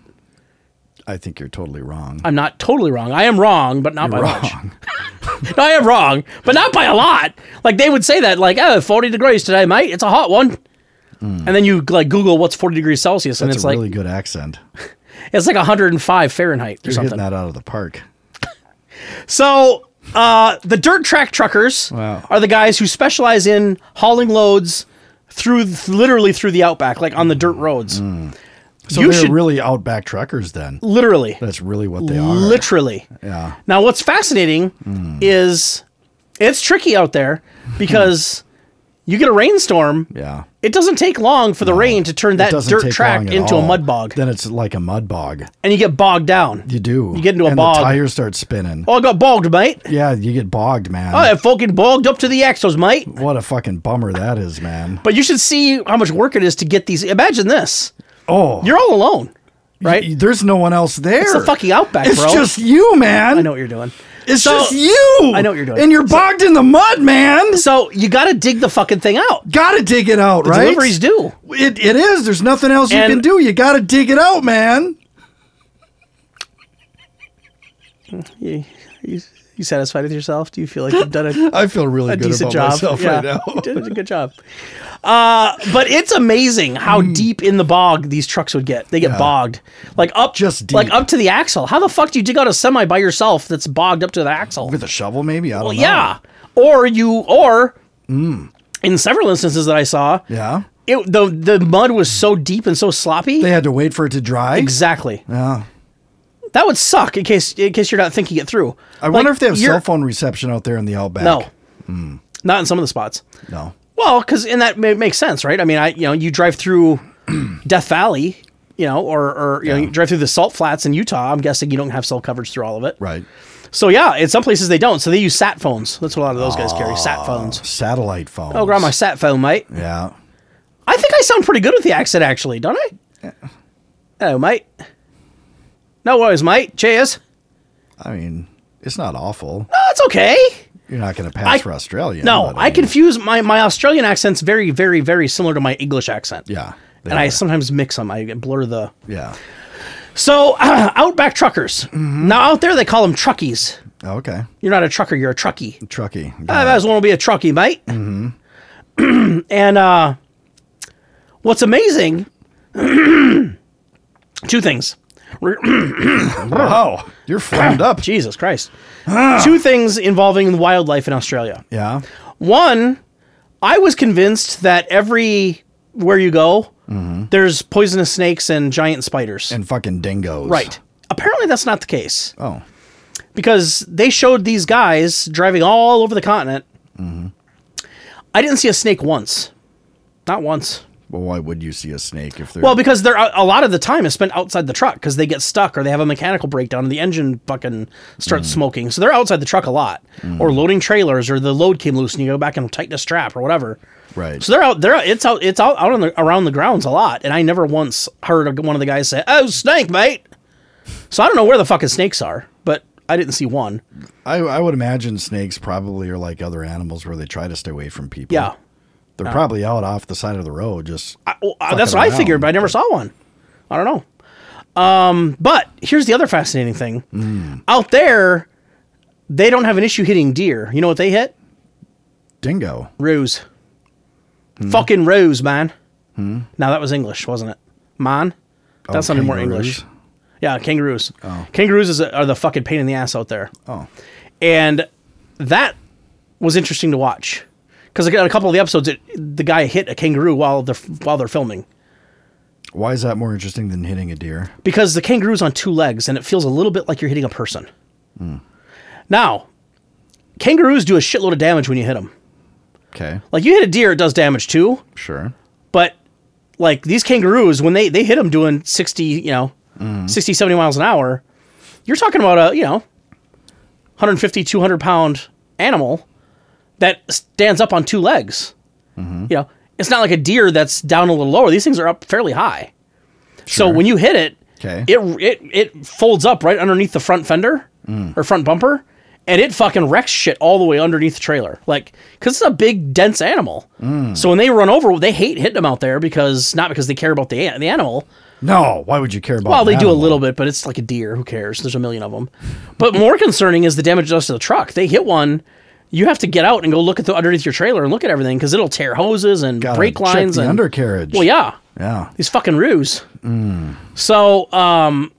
S1: I think you're totally wrong.
S2: I'm not totally wrong. I am wrong, but not by
S1: wrong.
S2: much. No, I am wrong, but not by a lot. Like they would say that, like, oh, 40 degrees today, mate. It's a hot one. And then you like Google what's 40 degrees Celsius, and
S1: Hmm. That's
S2: it's
S1: a
S2: like
S1: really good accent.
S2: it's like 105 Fahrenheit or
S1: You're
S2: something.
S1: getting that out of the park.
S2: So uh, the dirt track truckers
S1: Wow.
S2: are the guys who specialize in hauling loads through literally through the outback, like on the dirt roads.
S1: Hmm. So
S2: you
S1: they're
S2: should
S1: really outback truckers then.
S2: literally,
S1: That's really what they are.
S2: literally.
S1: yeah.
S2: Now, what's fascinating is it's tricky out there because you get a rainstorm.
S1: Yeah.
S2: It doesn't take long for the rain to turn that
S1: Doesn't
S2: dirt
S1: take
S2: track
S1: long at
S2: into a
S1: all.
S2: mud bog,
S1: Then it's like a mud bog.
S2: and you get bogged down.
S1: You do.
S2: You get into a
S1: and
S2: bog.
S1: The tires start spinning.
S2: Oh, I got bogged, mate.
S1: Yeah, you get bogged, man.
S2: I fucking bogged up to the axles, mate.
S1: what a fucking bummer that is, man.
S2: But you should see how much work it is to get these. Imagine this:
S1: Oh,
S2: you're all alone, right?
S1: y- there's no one else there.
S2: it's the fucking outback,
S1: It's
S2: bro.
S1: just you, man.
S2: I know what you're doing.
S1: It's
S2: So-
S1: just you.
S2: I know what you're doing.
S1: And you're bogged in the mud, man.
S2: So you got to dig the fucking thing out.
S1: Gotta dig it out, right?
S2: Deliveries do.
S1: It, it is. There's nothing else
S2: And-
S1: you can do. You gotta dig it out, man.
S2: You, you, you satisfied with yourself? Do you feel like you've done it?
S1: I feel really
S2: a
S1: good
S2: decent
S1: about
S2: job.
S1: myself
S2: yeah,
S1: right now.
S2: you did a good job. Uh, but it's amazing how
S1: Hmm.
S2: deep in the bog these trucks would get. They get bogged, like up
S1: Just deep.
S2: like up to the axle. How the fuck do you dig out a semi by yourself that's bogged up to the axle?
S1: With a shovel, maybe. I don't know.
S2: yeah, or you or in several instances that I saw,
S1: Hmm. Yeah.
S2: it the the mud was so deep and so sloppy.
S1: They had to wait for it to dry.
S2: exactly.
S1: Yeah.
S2: That would suck in case in case you're not thinking it through.
S1: I wonder
S2: Like,
S1: if they have Hmm.
S2: you're-
S1: cell phone reception out there in the outback.
S2: No. Not in some of the spots.
S1: No.
S2: Well, because and that ma- makes sense, right? I mean, I you know you drive through Death Valley, you know, or or you know you drive through the salt flats in Utah. I'm guessing you don't have cell coverage through all of it.
S1: Right.
S2: So yeah, in some places they don't. So they use sat phones. That's what a lot of those guys carry.
S1: Ah.
S2: Sat phones.
S1: Satellite phone.
S2: Oh, grab my sat phone, mate.
S1: Yeah.
S2: I think I sound pretty good with the accent, actually, don't I? Hello, mate. No worries, mate. Cheers.
S1: I mean, it's not awful.
S2: Oh, it's okay.
S1: You're not going to pass
S2: I-
S1: for Australian.
S2: No,
S1: but
S2: I
S1: mean,
S2: confuse my my Australian accent's very, very, very similar to my English accent.
S1: Yeah. they
S2: and I
S1: are.
S2: sometimes mix them. I blur the.
S1: Yeah.
S2: So Outback truckers. Now out there they call them truckies.
S1: Oh, Okay.
S2: You're not a trucker. You're a truckie.
S1: Truckee.
S2: I might as well be a truckie, mate. and uh, what's amazing, two things. We're-
S1: Wow. You're framed up.
S2: Jesus Christ. two things involving the wildlife in Australia.
S1: Yeah.
S2: One, I was convinced that every where you go, there's poisonous snakes and giant spiders.
S1: And fucking dingoes.
S2: right. Apparently, that's not the case
S1: Oh.
S2: because they showed these guys driving all over the continent. I didn't see a snake once. Not once.
S1: Well, why would you see a snake if they're
S2: Well, because they're a a lot of the time is spent outside the truck because they get stuck or they have a mechanical breakdown and the engine fucking starts smoking. So they're outside the truck a lot, or loading trailers, or the load came loose and you go back and tighten a strap or whatever.
S1: right?
S2: So they're out. They're out, it's out. It's out out on the around the grounds a lot, and I never once heard of one of the guys say, "Oh, snake, mate." So I don't know where the fucking snakes are, but I didn't see one.
S1: I, I would imagine snakes probably are like other animals where they try to stay away from people.
S2: Yeah.
S1: They're probably out off the side of the road. Just
S2: I, well, uh, that's what I
S1: around,
S2: figured, but I never saw one. I don't know. Um, but here's the other fascinating thing.
S1: Hmm.
S2: Out there, they don't have an issue hitting deer. You know what they hit?
S1: dingo.
S2: Rose.
S1: Hmm.
S2: Fucking rose, man. Now that was English, wasn't it? Man. That
S1: Oh,
S2: sounded more
S1: kangaroos?
S2: English. Yeah, kangaroos. Kangaroos is are the fucking pain in the ass out there.
S1: Oh.
S2: And that was interesting to watch because a couple of the episodes, it, the guy hit a kangaroo while they're while they're filming.
S1: Why is that more interesting than hitting a deer?
S2: because the kangaroo's on two legs and it feels a little bit like you're hitting a person. Now, kangaroos do a shitload of damage when you hit them.
S1: Okay.
S2: Like you hit a deer, it does damage too,
S1: Sure.
S2: but like these kangaroos when they they hit them doing 60, you know, 60 70 miles an hour, you're talking about a, you know, 150 200 pound animal that stands up on two legs. You know, it's not like a deer that's down a little lower. These things are up fairly high. So when you hit it,
S1: Okay.
S2: it it it folds up right underneath the front fender
S1: Mm.
S2: or front bumper, and it fucking wrecks shit all the way underneath the trailer. Like, because it's a big, dense animal.
S1: Mm.
S2: So when they run over, they hate hitting them out there because not because they care about the an- the animal.
S1: No. Why would you care about?
S2: Well,
S1: an
S2: they do a
S1: Oh, animal?
S2: little bit, but it's like a deer. Who cares? There's a million of them. But more concerning is the damage done to the truck. They hit one. You have to get out and go look at the underneath your trailer and look at everything because it'll tear hoses and
S1: Gotta
S2: brake
S1: check
S2: lines
S1: the
S2: and
S1: undercarriage.
S2: Well, yeah,
S1: Yeah.
S2: these fucking ruse. So um,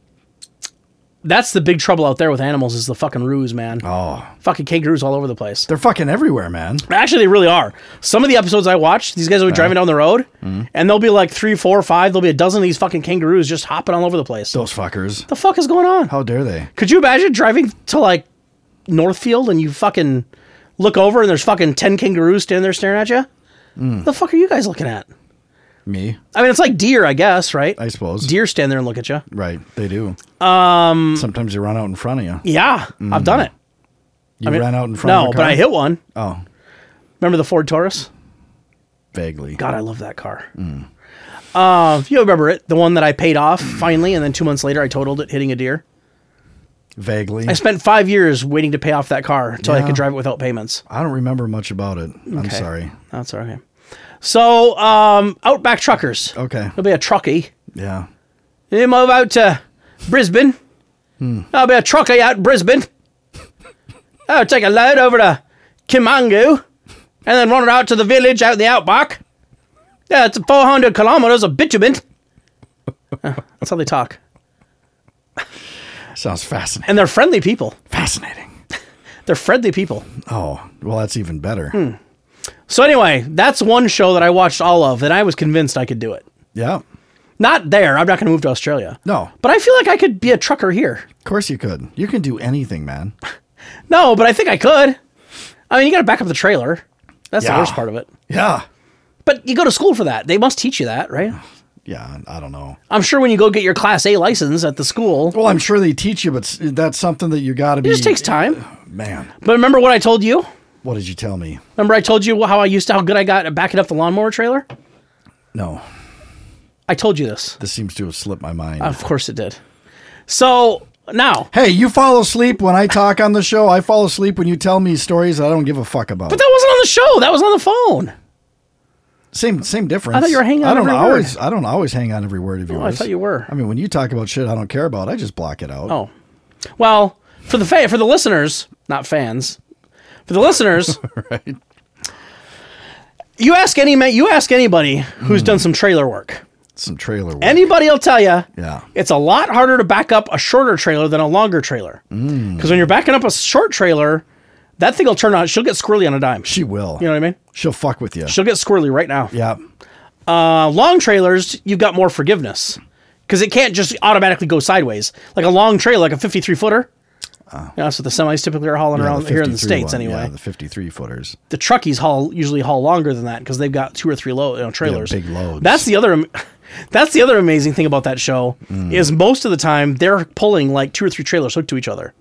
S2: that's the big trouble out there with animals is the fucking ruse, man.
S1: Oh,
S2: Fucking kangaroos all over the place.
S1: they're fucking everywhere, man.
S2: Actually, they really are. Some of the episodes I watch, these guys will be driving down the road,
S1: Mm-hmm.
S2: and there'll be like three, four, five. There'll be a dozen of these fucking kangaroos just hopping all over the place.
S1: Those fuckers.
S2: the fuck is going on?
S1: How dare they?
S2: Could you imagine driving to like Northfield and you fucking look over and there's fucking ten kangaroos standing there staring at you?
S1: Mm.
S2: The fuck are you guys looking at?
S1: Me,
S2: I mean, it's like deer, I guess, right?
S1: I suppose.
S2: Deer stand there and look at you.
S1: Right. They do. Um. Sometimes they run out in front of you.
S2: Yeah, I've done it.
S1: You
S2: mean,
S1: ran out in front.
S2: No,
S1: of a
S2: but
S1: Mm. car?
S2: I hit one.
S1: Oh,
S2: Remember the Ford Taurus?
S1: vaguely.
S2: God, I love that car. Uh, you remember it? The one that I paid off
S1: Mm.
S2: finally, and then two months later I totaled it, hitting a deer.
S1: Vaguely.
S2: I spent five years waiting to pay off that car until I
S1: Yeah.
S2: could drive it without payments.
S1: I don't remember much about it. I'm
S2: Okay.
S1: sorry.
S2: That's all right. So, um, Outback Truckers.
S1: Okay.
S2: It'll be a truckie.
S1: Yeah.
S2: You move out to Brisbane. I'll be a truckie out in Brisbane. I'll take a load over to Kimangu and then run it out to the village out in the outback. Yeah, it's 400 kilometers of bitumen. Uh, that's how they talk.
S1: Sounds fascinating.
S2: And they're friendly people.
S1: Fascinating.
S2: They're friendly people.
S1: Oh, well, that's even better.
S2: Hmm. So, anyway, that's one show that I watched all of, and I was convinced I could do it.
S1: Yeah.
S2: Not there. I'm not going to move to Australia.
S1: No,
S2: But I feel like I could be a trucker here.
S1: of course you could. You can do anything, man.
S2: No, but I think I could. I I mean, you got to back up the trailer. That's the
S1: Yeah.
S2: worst part of it.
S1: Yeah.
S2: But you go to school for that. They must teach you that, right?
S1: Yeah. I don't know.
S2: I'm sure when you go get your Class A license at the school,
S1: Well, I'm sure they teach you, but s- that's something that you got to be.
S2: it just takes time.
S1: Man,
S2: But remember what I told you?
S1: what did you tell me?
S2: Remember I told you how I used to how good I got at backing up the lawnmower trailer?
S1: No,
S2: I told you this.
S1: this seems to have slipped my mind.
S2: Of course it did. So now,
S1: hey, you fall asleep when I talk on the show. I fall asleep when you tell me stories that I don't give a fuck about.
S2: but that wasn't on the show. That was on the phone.
S1: same same difference.
S2: I thought you were hanging on
S1: I don't
S2: every word. Oh,
S1: always. I don't always hang on every word of yours.
S2: I thought you were.
S1: I mean, when you talk about shit I don't care about, I just block it out.
S2: Oh, well, for the fa- for the listeners, not fans, for the listeners,
S1: Right.
S2: you ask any ma- you ask anybody who's done
S1: Hmm.
S2: some trailer work.
S1: Some trailer. Work.
S2: Anybody will tell you,
S1: Yeah.
S2: it's a lot harder to back up a shorter trailer than a longer trailer. Because
S1: Hmm.
S2: when you're backing up a short trailer, that thing will turn on. She'll get squirrely on a dime.
S1: she will.
S2: You know what I mean?
S1: She'll fuck with you.
S2: She'll get squirrely right now.
S1: yeah.
S2: Uh, long trailers, you've got more forgiveness because it can't just automatically go sideways. Like a long trailer, like a 53 footer. You know, that's what the semis typically are hauling around
S1: Ah. The
S2: here in the
S1: 53
S2: states,
S1: one.
S2: anyway.
S1: Yeah, the 53 footers.
S2: the truckies haul usually haul longer than that because they've got two or three load you know, trailers.
S1: big loads.
S2: That's the other. am- That's the other amazing thing about that show
S1: Mm.
S2: is most of the time they're pulling like two or three trailers hooked to each other.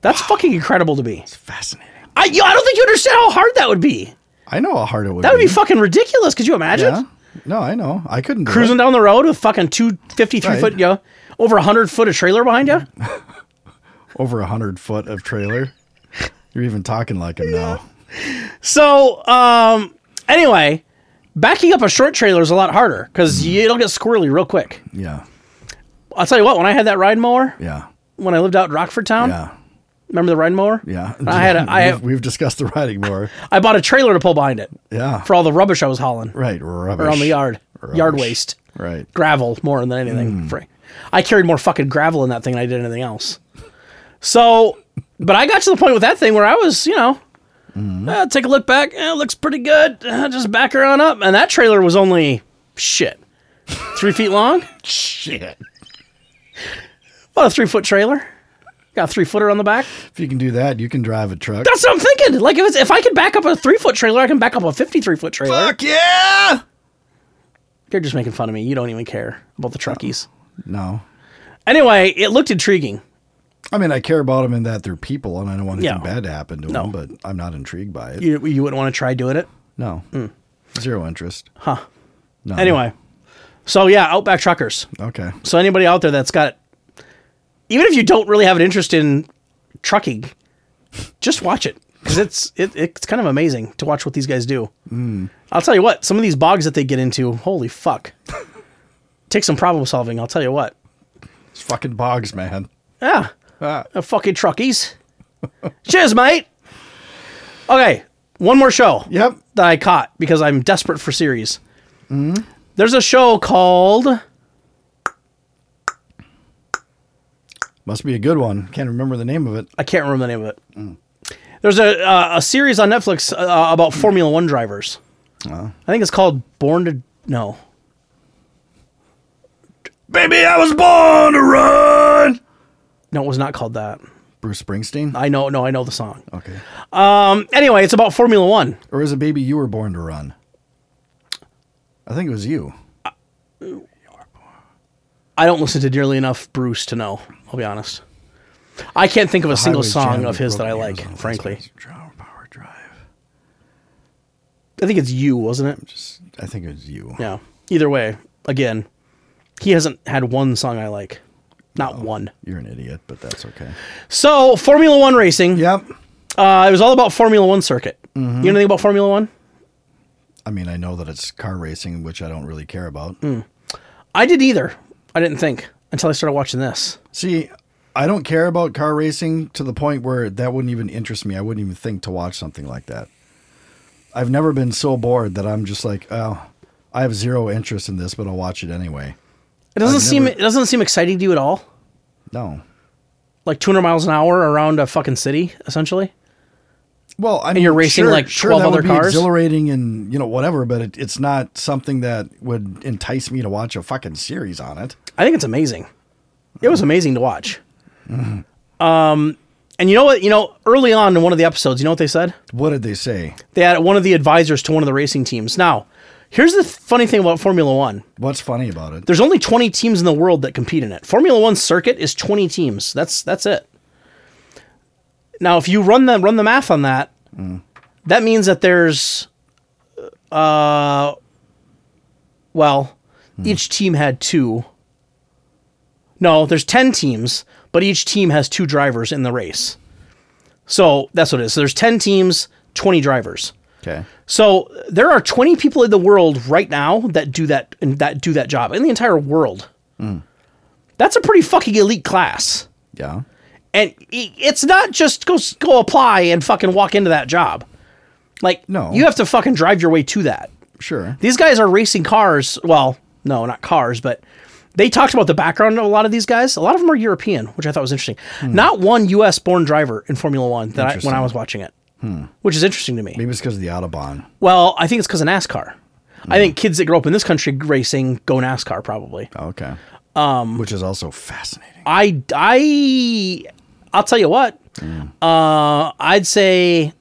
S2: That's fucking incredible to me.
S1: Fascinating.
S2: I, you, I don't think you understand how hard that would be.
S1: I know how hard it would.
S2: That would be fucking ridiculous. Could you imagine
S1: Mm-hmm. Yeah. No, I know. I couldn't do
S2: cruising
S1: it.
S2: down the road with fucking two fifty three
S1: Right.
S2: foot, you know, over hundred foot of trailer behind you?
S1: over a hundred foot of trailer. You're even talking like him now.
S2: So, um, anyway, backing up a short trailer is a lot harder because it'll get squirrely real quick.
S1: Yeah.
S2: I'll tell you what. When I had that ride mower,
S1: Yeah.
S2: when I lived out in Rockford Town.
S1: Yeah.
S2: Remember the ride mower?
S1: Yeah.
S2: I had a- I-
S1: we've, we've discussed the riding mower.
S2: I bought a trailer to pull behind it
S1: Yeah.
S2: for all the rubbish I was hauling
S1: right. Rubbish.
S2: around the yard, yard
S1: Rubbish.
S2: waste,
S1: Right.
S2: gravel more than anything. Fra- I carried more fucking gravel in that thing than I did anything else. So, but I got to the point with that thing where I was, you know, "Ah, take a look back. Eh, it looks pretty good. Ah, just back her on up. And that trailer was only shit, three feet long.
S1: Shit.
S2: About a three foot trailer. Got a three footer on the back.
S1: If you can do that, you can drive a truck.
S2: That's what I'm thinking. Like if it's, if I could back up a three foot trailer, I can back up a fifty three foot trailer.
S1: Fuck yeah.
S2: You're just making fun of me. You don't even care about the truckies.
S1: No.
S2: Anyway, it looked intriguing.
S1: I mean, I care about them in that they're people, and I don't want anything
S2: No.
S1: bad to happen to
S2: No.
S1: them. But I'm not intrigued by it.
S2: You, you wouldn't want to try doing it?
S1: No.
S2: Mm.
S1: Zero interest.
S2: Huh.
S1: No.
S2: Anyway, so yeah, Outback Truckers.
S1: Okay.
S2: So anybody out there that's got, even if you don't really have an interest in trucking, just watch it because it's it, it's kind of amazing to watch what these guys do. I'll tell you what, some of these bogs that they get into, holy fuck, take some problem solving. I'll tell you what.
S1: It's fucking bogs, man.
S2: Yeah.
S1: Ah.
S2: Uh, fucking truckies. Cheers, mate. Okay, one more show
S1: Yep.
S2: that I caught because I'm desperate for series. There's a show called
S1: Must be a good one. Can't remember the name of it.
S2: I can't remember the name of it.
S1: Mm.
S2: There's a uh, a series on Netflix uh, about Formula One drivers.
S1: Uh-huh.
S2: I think it's called Born to No.
S1: Baby, I was born to run.
S2: No, it was not called that.
S1: Bruce Springsteen.
S2: I know, no, I know the song.
S1: okay.
S2: Anyway, it's about Formula One.
S1: Or is it baby you were born to run? I think it was you.
S2: I don't listen to dearly enough Bruce to know. I'll be honest. I can't think of a single
S1: Highway
S2: song
S1: jammed
S2: of
S1: with
S2: his that I
S1: broken
S2: like,
S1: Arizona
S2: frankly.
S1: fastballs. Draw power drive.
S2: I think it's you, wasn't it?
S1: Just- I think it was you.
S2: Yeah. Either way, again, he hasn't had one song I like. Not one.
S1: You're an idiot, but that's okay.
S2: So, Formula One racing.
S1: Yep.
S2: Uh, it was all about Formula One circuit.
S1: Mm-hmm.
S2: You know anything about Formula One?
S1: I mean, I know that it's car racing, which I don't really care about.
S2: Hmm. I didn't either. I didn't think until I started watching this.
S1: See, I don't care about car racing to the point where that wouldn't even interest me. I wouldn't even think to watch something like that. I've never been so bored that I'm just like, oh, I have zero interest in this, but I'll watch it anyway.
S2: It doesn't
S1: I've
S2: seem
S1: never-
S2: it doesn't seem exciting to you at all.
S1: No.
S2: Like 200 miles an hour around a fucking city, essentially.
S1: Well, I mean,
S2: you're racing,
S1: sure,
S2: like,
S1: sure
S2: 12
S1: that
S2: other
S1: would be
S2: cars?
S1: exhilarating and you know whatever, but it, it's not something that would entice me to watch a fucking series on it.
S2: I think it's amazing. It was amazing to watch. Um, And you know what? You know, early on in one of the episodes, you know what they said?
S1: What did they say?
S2: They had one of the advisors to one of the racing teams. Now, here's the funny thing about Formula One.
S1: What's funny about it?
S2: There's only 20 teams in the world that compete in it. Formula One circuit is 20 teams. That's that's it. Now, if you run the run the math on that, that means that there's, uh, well, each team had two. No, there's 10 teams, but each team has two drivers in the race. So that's what it is. So there's 10 teams, 20 drivers.
S1: Okay.
S2: So there are 20 people in the world right now that do that that do that job in the entire world. That's a pretty fucking elite class,
S1: Yeah.
S2: and i- it's not just go s- go apply and fucking walk into that job. Like
S1: No.
S2: you have to fucking drive your way to that.
S1: Sure.
S2: These guys are racing cars. Well, no, not cars, but they talked about the background of a lot of these guys. A lot of them are European, which I thought was interesting. Not one U.S. born driver in Formula One that I, when I was watching it, which is interesting to me.
S1: Maybe it's because of the Autobahn.
S2: Well, I think it's because of NASCAR. I think kids that grow up in this country racing go NASCAR probably.
S1: Okay. Um, Which is also fascinating.
S2: I I I'll tell you what.
S1: Mm.
S2: Uh, I'd say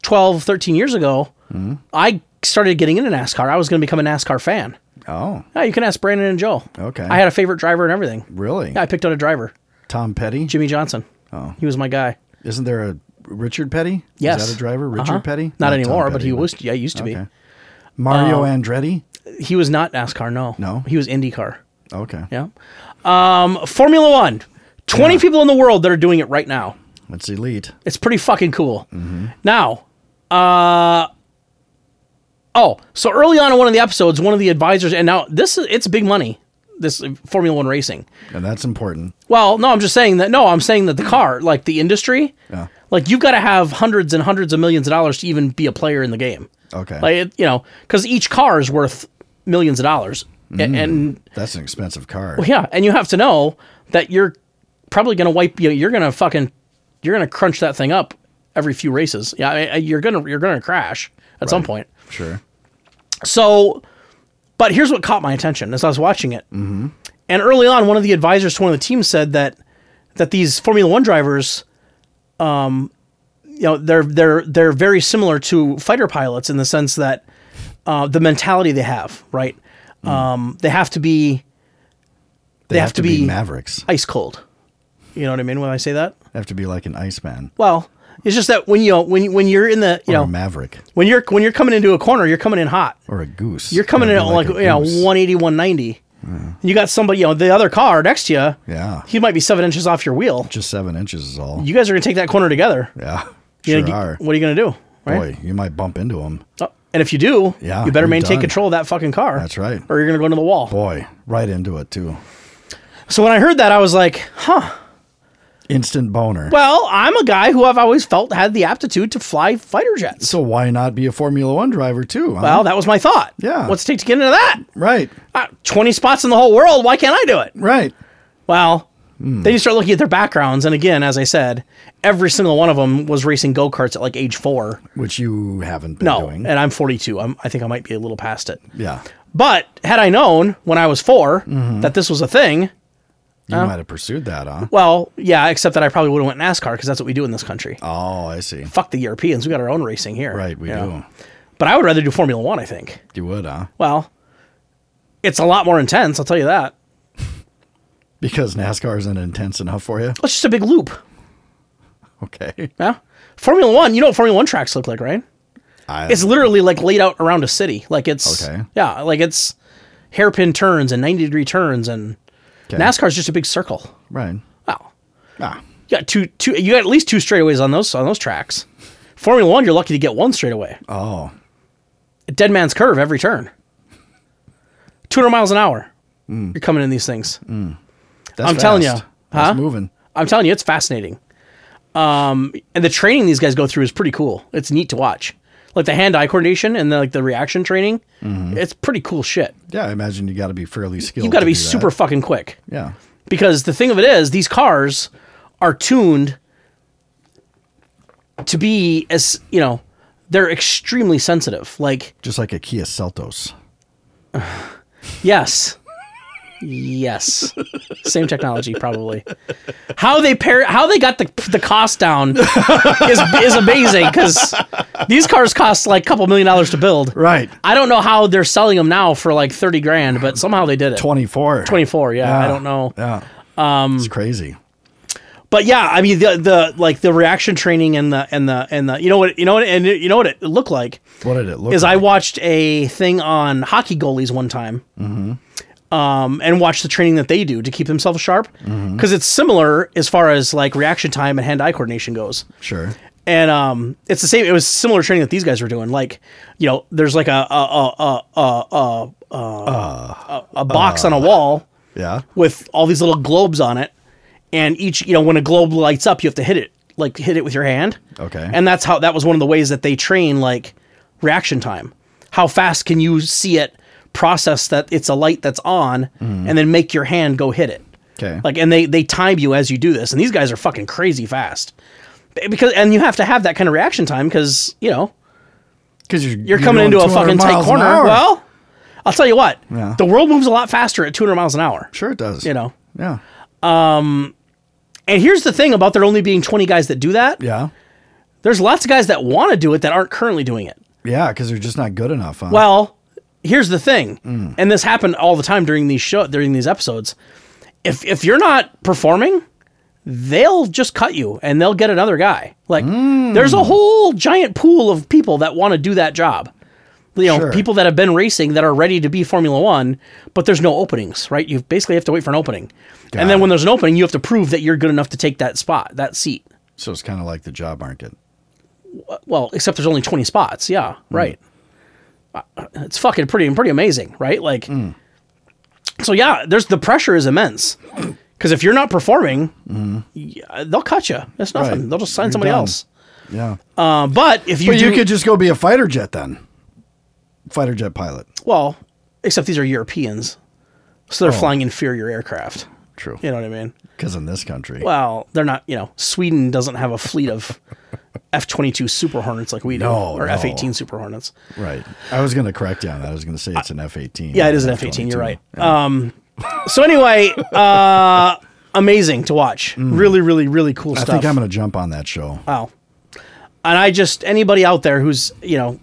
S2: 12, 13 years ago,
S1: Mm.
S2: I started getting into NASCAR. I was going to become a NASCAR fan.
S1: Oh,
S2: Yeah, you can ask Brandon and Joel.
S1: Okay.
S2: I had a favorite driver and everything.
S1: really?
S2: Yeah, I picked out a driver,
S1: Tom Petty?
S2: Jimmy Johnson.
S1: Oh.
S2: He was my guy.
S1: Isn't there a Richard Petty?
S2: Yes.
S1: Is that a driver? Richard
S2: Uh-huh.
S1: Petty?
S2: Not,
S1: Tom
S2: anymore, but
S1: Petty,
S2: he was um, yeah, he used to
S1: Okay. Mario Andretti?
S2: be. He was not NASCAR, no.
S1: No?
S2: He was IndyCar.
S1: Okay.
S2: Yeah. Um, Formula One. 20 people in the world that are doing it right now.
S1: That's elite.
S2: It's pretty fucking cool. Now, uh, oh, so early on in one of the episodes, one of the advisors, and now this is it's big money. This uh, Formula One racing.
S1: And that's important.
S2: Well, no, I'm just saying that. No, I'm saying that the car, like the industry,
S1: Yeah.
S2: like you've got to have hundreds and hundreds of millions of dollars to even be a player in the game.
S1: Okay.
S2: Like it, you know, because each car is worth millions of dollars, A- and
S1: that's an expensive car.
S2: yeah, and you have to know that you're probably going to wipe. You know, you're going to fucking you're going to crunch that thing up every few races. Yeah, I mean, you're gonna you're gonna crash at some point.
S1: Sure.
S2: So, but here's what caught my attention as I was watching it. Mm-hmm. And early on, one of the advisors to one of the teams said that that these Formula One drivers, um, you know, they're they're they're very similar to fighter pilots in the sense that uh, the mentality they have, right? Um, they have to be
S1: They, have, to be, Mavericks.
S2: ice cold. You know what I mean when I say that?
S1: They have to be like an Iceman
S2: Well, it's just that when you when you- when you're in the you
S1: or a
S2: know
S1: Maverick
S2: when you're when you're coming into a corner, you're coming in hot.
S1: or a goose.
S2: You're coming in
S1: Gotta
S2: at
S1: be
S2: like,
S1: a
S2: you know
S1: goose.
S2: 180, 190. You got somebody, you know, the other car next to you.
S1: Yeah.
S2: He might be seven inches off your wheel.
S1: Just seven inches is all.
S2: You guys are gonna take that corner together.
S1: yeah.
S2: You
S1: Sure
S2: know,
S1: are.
S2: What are you gonna do? Right.
S1: Boy, you might bump into him.
S2: Oh, and if you do,
S1: Yeah,
S2: you better
S1: you're
S2: maintain
S1: done.
S2: control of that fucking car.
S1: That's right.
S2: Or you're gonna go into the wall.
S1: Boy, right into it too.
S2: So when I heard that, I was like, huh.
S1: Instant boner.
S2: Well, I'm a guy who I've always felt had the aptitude to fly fighter jets.
S1: so why not be a Formula One driver too? huh?
S2: Well, that was my thought.
S1: Yeah.
S2: What's it take to get into that?
S1: right,
S2: Uh, 20 spots in the whole world. Why can't I do it?
S1: right.
S2: Well,
S1: Hmm.
S2: then you start looking at their backgrounds. And again, as I said, every single one of them was racing go karts at like age four.
S1: Which you haven't been
S2: No.
S1: doing.
S2: And I'm 42. I'm, I think I might be a little past it.
S1: yeah,
S2: But had I known when I was 4
S1: Mm-hmm.
S2: that this was a thing,
S1: you might have pursued that, huh?
S2: well, yeah, except that I probably would have went NASCAR because that's what we do in this country.
S1: Oh, I see.
S2: Fuck the Europeans. We got our own racing here.
S1: Right, we
S2: you know?
S1: do.
S2: But I would rather do Formula One, I think.
S1: You would, huh?
S2: Well, it's a lot more intense, I'll tell you that.
S1: Because NASCAR isn't intense enough for you.
S2: It's just a big loop.
S1: Okay.
S2: Yeah. Formula One, you know what Formula One tracks look like, right?
S1: I,
S2: It's literally like laid out around a city. Like it's
S1: Okay.
S2: yeah, like it's hairpin turns and ninety degree turns and
S1: okay.
S2: NASCAR's just a big circle.
S1: Right.
S2: Wow.
S1: Ah,
S2: You got two two you got at least two straightaways on those on those tracks. Formula One, you're lucky to get one straightaway.
S1: oh,
S2: Dead man's curve every turn. Two hundred miles an hour.
S1: Hmm.
S2: You're coming in these things.
S1: that's
S2: I'm telling
S1: fast.
S2: ya,
S1: That's
S2: huh?
S1: moving.
S2: I'm telling you, it's fascinating. Um, and the training these guys go through is pretty cool. It's neat to watch, like the hand-eye coordination and the, like the reaction training. It's pretty cool shit.
S1: Yeah, I imagine you got to be fairly skilled.
S2: You got to
S1: to
S2: be
S1: Mm-hmm. do that.
S2: super fucking quick
S1: Yeah.
S2: because the thing of it is, these cars are tuned to be as you know, they're extremely sensitive. Like
S1: Just like a Kia Seltos.
S2: yes, Yes, same technology probably. How they pair, how they got the the cost down is is amazing because these cars cost like a couple million dollars to build.
S1: Right.
S2: I don't know how they're selling them now for like thirty grand, but somehow they did it.
S1: 24.
S2: Twenty four. Yeah, I don't know.
S1: Yeah.
S2: Um,
S1: it's crazy.
S2: But yeah, I mean the the like the reaction training and the and the and the you know what you know what and you know what it looked like.
S1: What did it look
S2: is
S1: like?
S2: I watched a thing on hockey goalies one time, um, and watched the training that they do to keep themselves sharp because it's similar as far as like reaction time and hand-eye coordination goes.
S1: sure.
S2: And um, it's the same. It was similar training that these guys were doing. Like, you know, there's like a a a a a, a, a, a box on a wall
S1: Yeah.
S2: with all these little globes on it, and each you know when a globe lights up, you have to hit it like hit it with your hand.
S1: Okay.
S2: And that's how that was one of the ways that they train like reaction time. How fast can you see it? Process that it's a light that's on,
S1: Mm-hmm.
S2: and then make your hand go hit it.
S1: Okay.
S2: Like and they they time you as you do this, and these guys are fucking crazy fast. B- Because and you have to have that kind of reaction time because you know
S1: Because you're,
S2: you're coming
S1: doing
S2: into a
S1: 200
S2: fucking tight
S1: miles an
S2: corner.
S1: hour.
S2: Well, I'll tell you what,
S1: Yeah.
S2: the world moves a lot faster at 200 miles an hour.
S1: sure it does.
S2: You know,
S1: Yeah.
S2: And here's the thing about there only being 20 guys that do that.
S1: Yeah.
S2: There's lots of guys that want to do it that aren't currently doing it.
S1: Yeah. Because they're just not good enough. Huh?
S2: Well, here's the thing,
S1: Mm.
S2: and this happened all the time during these show during these episodes. If if you're not performing, they'll just cut you and they'll get another guy. Like
S1: Mm.
S2: there's a whole giant pool of people that want to do that job. You know,
S1: Sure.
S2: people that have been racing that are ready to be Formula One, but there's no openings, right? You basically have to wait for an opening. and then
S1: it.
S2: when there's an opening, you have to prove that you're good enough to take that spot, that seat.
S1: so it's kind of like the job market.
S2: well, except there's only 20 spots.
S1: Mm.
S2: Yeah, right. Uh, It's fucking pretty pretty amazing, right? Like,
S1: Mm.
S2: so yeah, there's the pressure is immense because if you're not performing, yeah, they'll cut you. It's nothing.
S1: Mm-hmm. Right.
S2: They'll just sign
S1: You're
S2: somebody
S1: done.
S2: else.
S1: Yeah.
S2: Uh, but if you
S1: but
S2: do,
S1: you could just go be a fighter jet then. Fighter jet pilot.
S2: well, except these are Europeans, so
S1: Oh.
S2: they're flying inferior aircraft.
S1: True.
S2: You know what I mean?
S1: Because in this country.
S2: Well, they're not. You know, Sweden doesn't have a fleet of F twenty two Super Hornets like we do,
S1: No,
S2: or
S1: no.
S2: F eighteen Super Hornets.
S1: Right. I was going to correct you on that. I was going to say it's an F 18.
S2: Yeah, it is an F eighteen. You're right. Um, so anyway, uh, amazing to watch. Really, really, really cool
S1: Mm. I
S2: stuff.
S1: think I'm going to jump on that show.
S2: wow. And I just anybody out there who's you know,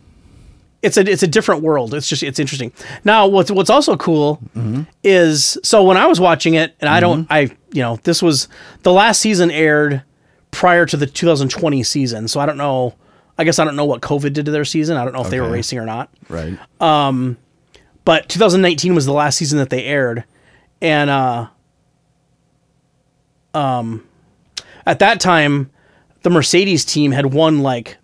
S2: it's a it's a different world. It's just it's interesting. Now what's what's also cool
S1: Mm-hmm.
S2: is so when I was watching it and I don't I you know this was the last season aired prior to the 2020 season, so I don't know. I guess I don't know what COVID did to their season. I don't know if they were
S1: Okay.
S2: racing or not
S1: Right.
S2: Oh, but 2019 was the last season that they aired and uh um at that time the mercedes team had won like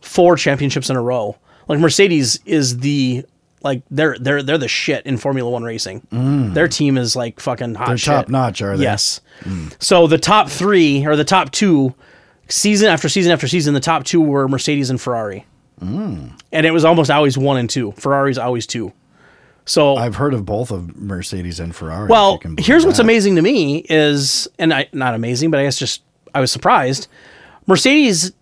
S2: four championships in a row like mercedes is the like they're they're they're the shit in formula 1 racing their team is like fucking hot
S1: Mm. They're
S2: shit.
S1: top notch, are they?
S2: Yes. So the top three or the top two, season after season after season, the top two were Mercedes and Ferrari.
S1: Hmm.
S2: And it was almost always one and two. Ferrari's always two. So
S1: I've heard of both of Mercedes and Ferrari. if you
S2: well,
S1: can believe
S2: here's what's
S1: that.
S2: amazing to me is, and I not amazing, but I guess just I was surprised. Mercedes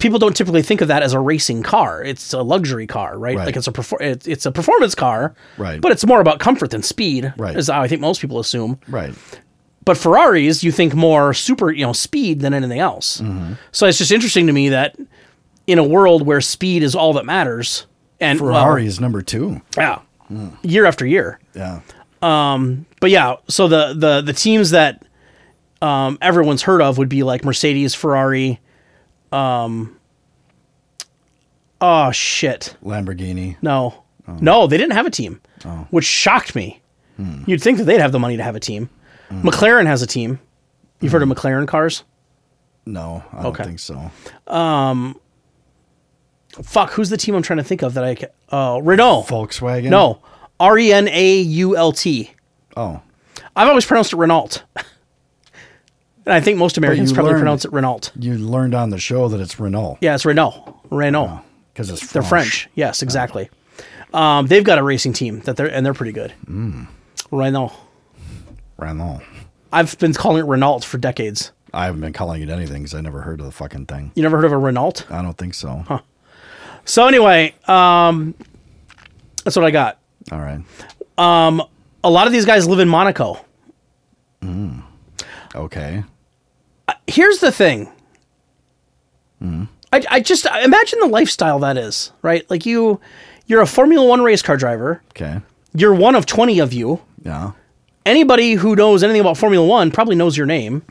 S2: people don't typically think of that as a racing car. It's a luxury car, right?
S1: Right.
S2: Like it's a perfor- it, it's a performance car,
S1: Right.
S2: But it's more about comfort than speed,
S1: Right.
S2: Is how I think most people assume.
S1: Right.
S2: But Ferraris, you think more super, you know, speed than anything else. So it's just interesting to me that in a world where speed is all that matters, and well,
S1: Ferrari is number two.
S2: yeah, year after year.
S1: Yeah.
S2: But yeah, so the the the teams that um, everyone's heard of would be like Mercedes, Ferrari. Um, oh shit!
S1: Lamborghini.
S2: No, no, they didn't have a team, which shocked me. You'd think that they'd have the money to have a team. McLaren has a team. You've heard of McLaren cars?
S1: No, I don't
S2: Okay.
S1: think so.
S2: fuck, who's the team I'm trying to think of that I ca- uh Renault.
S1: Volkswagen.
S2: No. R E N A U L T.
S1: Oh,
S2: I've always pronounced it Renault. and I think most Americans
S1: you
S2: probably
S1: learned-
S2: pronounce it Renault.
S1: you learned on the show that it's Renault
S2: Yeah, it's Renault. Renault.
S1: because it's French.
S2: They're French. Yes, exactly. Um, they've got a racing team that they're and they're pretty good.
S1: Hmm.
S2: Renault.
S1: Renault.
S2: I've been calling it Renault for decades.
S1: I haven't been calling it anything because I never heard of the fucking thing.
S2: You never heard of a Renault?
S1: I don't think so.
S2: So anyway, um, that's what I got.
S1: All right.
S2: a lot of these guys live in Monaco.
S1: Okay.
S2: Here's the thing. I, I just imagine the lifestyle that is, right? Like you, you're a Formula One race car driver.
S1: Okay.
S2: You're one of 20 of you.
S1: Yeah.
S2: Anybody who knows anything about Formula One probably knows your name.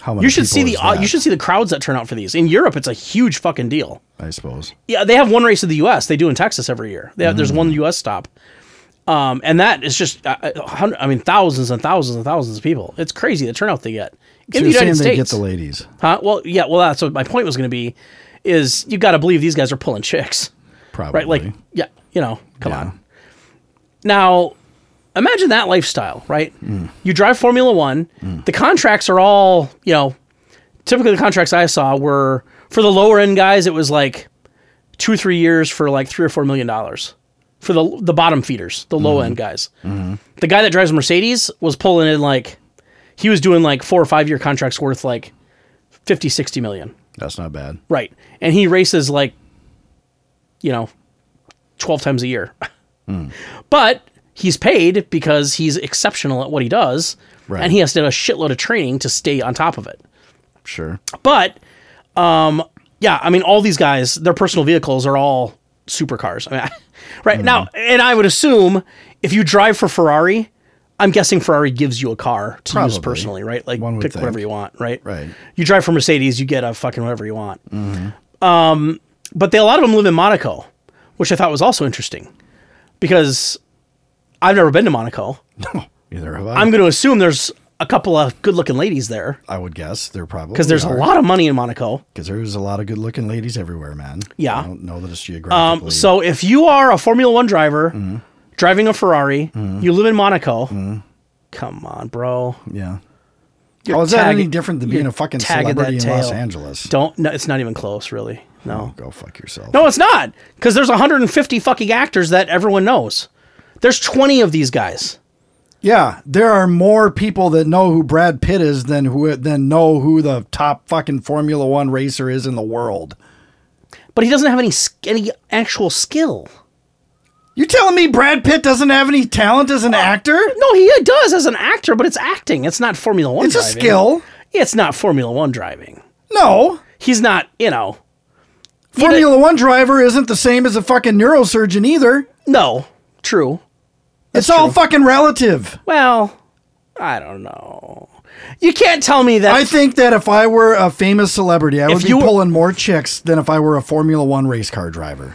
S1: How many
S2: You should
S1: people
S2: see the
S1: is
S2: uh,
S1: that,
S2: you should see the crowds that turn out for these. In Europe, it's a huge fucking deal.
S1: I suppose.
S2: Yeah, they have one race in the U.S. They do in Texas every year. They have, There's one
S1: Mm.
S2: U.S. stop, um, and that is just uh, uh, hundred, I mean thousands and thousands and thousands of people. It's crazy the turnout they get in
S1: So
S2: the
S1: you're saying
S2: United
S1: they
S2: States.
S1: get the ladies.
S2: Huh? Well, yeah. Well, that's what my point was going to be. Is you got to believe these guys are pulling chicks,
S1: Probably.
S2: right? Like, yeah, you know, come
S1: Yeah.
S2: on. Now, imagine that lifestyle, right? You drive Formula One. The contracts are all, you know, typically the contracts I saw were for the lower end guys. It was like two or three years for like three or four million dollars for the the bottom feeders, the low end guys. The guy that drives Mercedes was pulling in like he was doing like four or five year contracts worth like 50, 60 million.
S1: That's not bad.
S2: Right. And he races like, you know, 12 times a year. But he's paid because he's exceptional at what he does.
S1: Right.
S2: And he has to do a shitload of training to stay on top of it.
S1: Sure.
S2: But, um, yeah, I mean, all these guys, their personal vehicles are all supercars. I mean, right now,
S1: Hmm.
S2: and I would assume if you drive for Ferrari, I'm guessing Ferrari gives you a car to use
S1: Probably.
S2: personally, right? Like
S1: One would
S2: pick
S1: think.
S2: whatever you want, right?
S1: Right.
S2: You drive for Mercedes, you get a fucking whatever you want. Um,
S1: Mm-hmm.
S2: but they, a lot of them live in Monaco, which I thought was also interesting because I've never been to Monaco.
S1: Either have I.
S2: I'm going to assume there's a couple of good looking ladies there
S1: I would guess there probably
S2: because there's a
S1: are.
S2: lot of money in Monaco.
S1: because there's a lot of good looking ladies everywhere, man.
S2: Yeah.
S1: I don't know that it's geographically.
S2: Um, so if you are a Formula One driver
S1: Mm-hmm.
S2: driving a Ferrari, you live in Monaco. Come on, bro.
S1: yeah. Oh, is that
S2: tagging-
S1: any different than being
S2: you're
S1: a fucking
S2: tagging that
S1: celebrity in Los
S2: tail.
S1: Angeles? Oh,
S2: Don't. No, it's not even close, really. No.
S1: Go fuck yourself.
S2: No, it's not. Because there's 150 fucking actors that everyone knows. There's 20 of these guys.
S1: Yeah, there are more people that know who Brad Pitt is than who than know who the top fucking Formula One racer is in the world.
S2: But he doesn't have any sk- any actual skill.
S1: You telling me Brad Pitt doesn't have any talent as an actor?
S2: No, he does as an actor, but it's acting. It's not Formula One
S1: It's a
S2: driving.
S1: skill.
S2: It's not Formula One driving.
S1: No.
S2: He's not, you know.
S1: Formula One driver isn't the same as a fucking neurosurgeon either.
S2: No. True.
S1: it's all fucking relative.
S2: Well, I don't know. You can't tell me that.
S1: I think that if I were a famous celebrity, I would be
S2: you were-
S1: pulling more chicks than if I were a Formula One race car driver.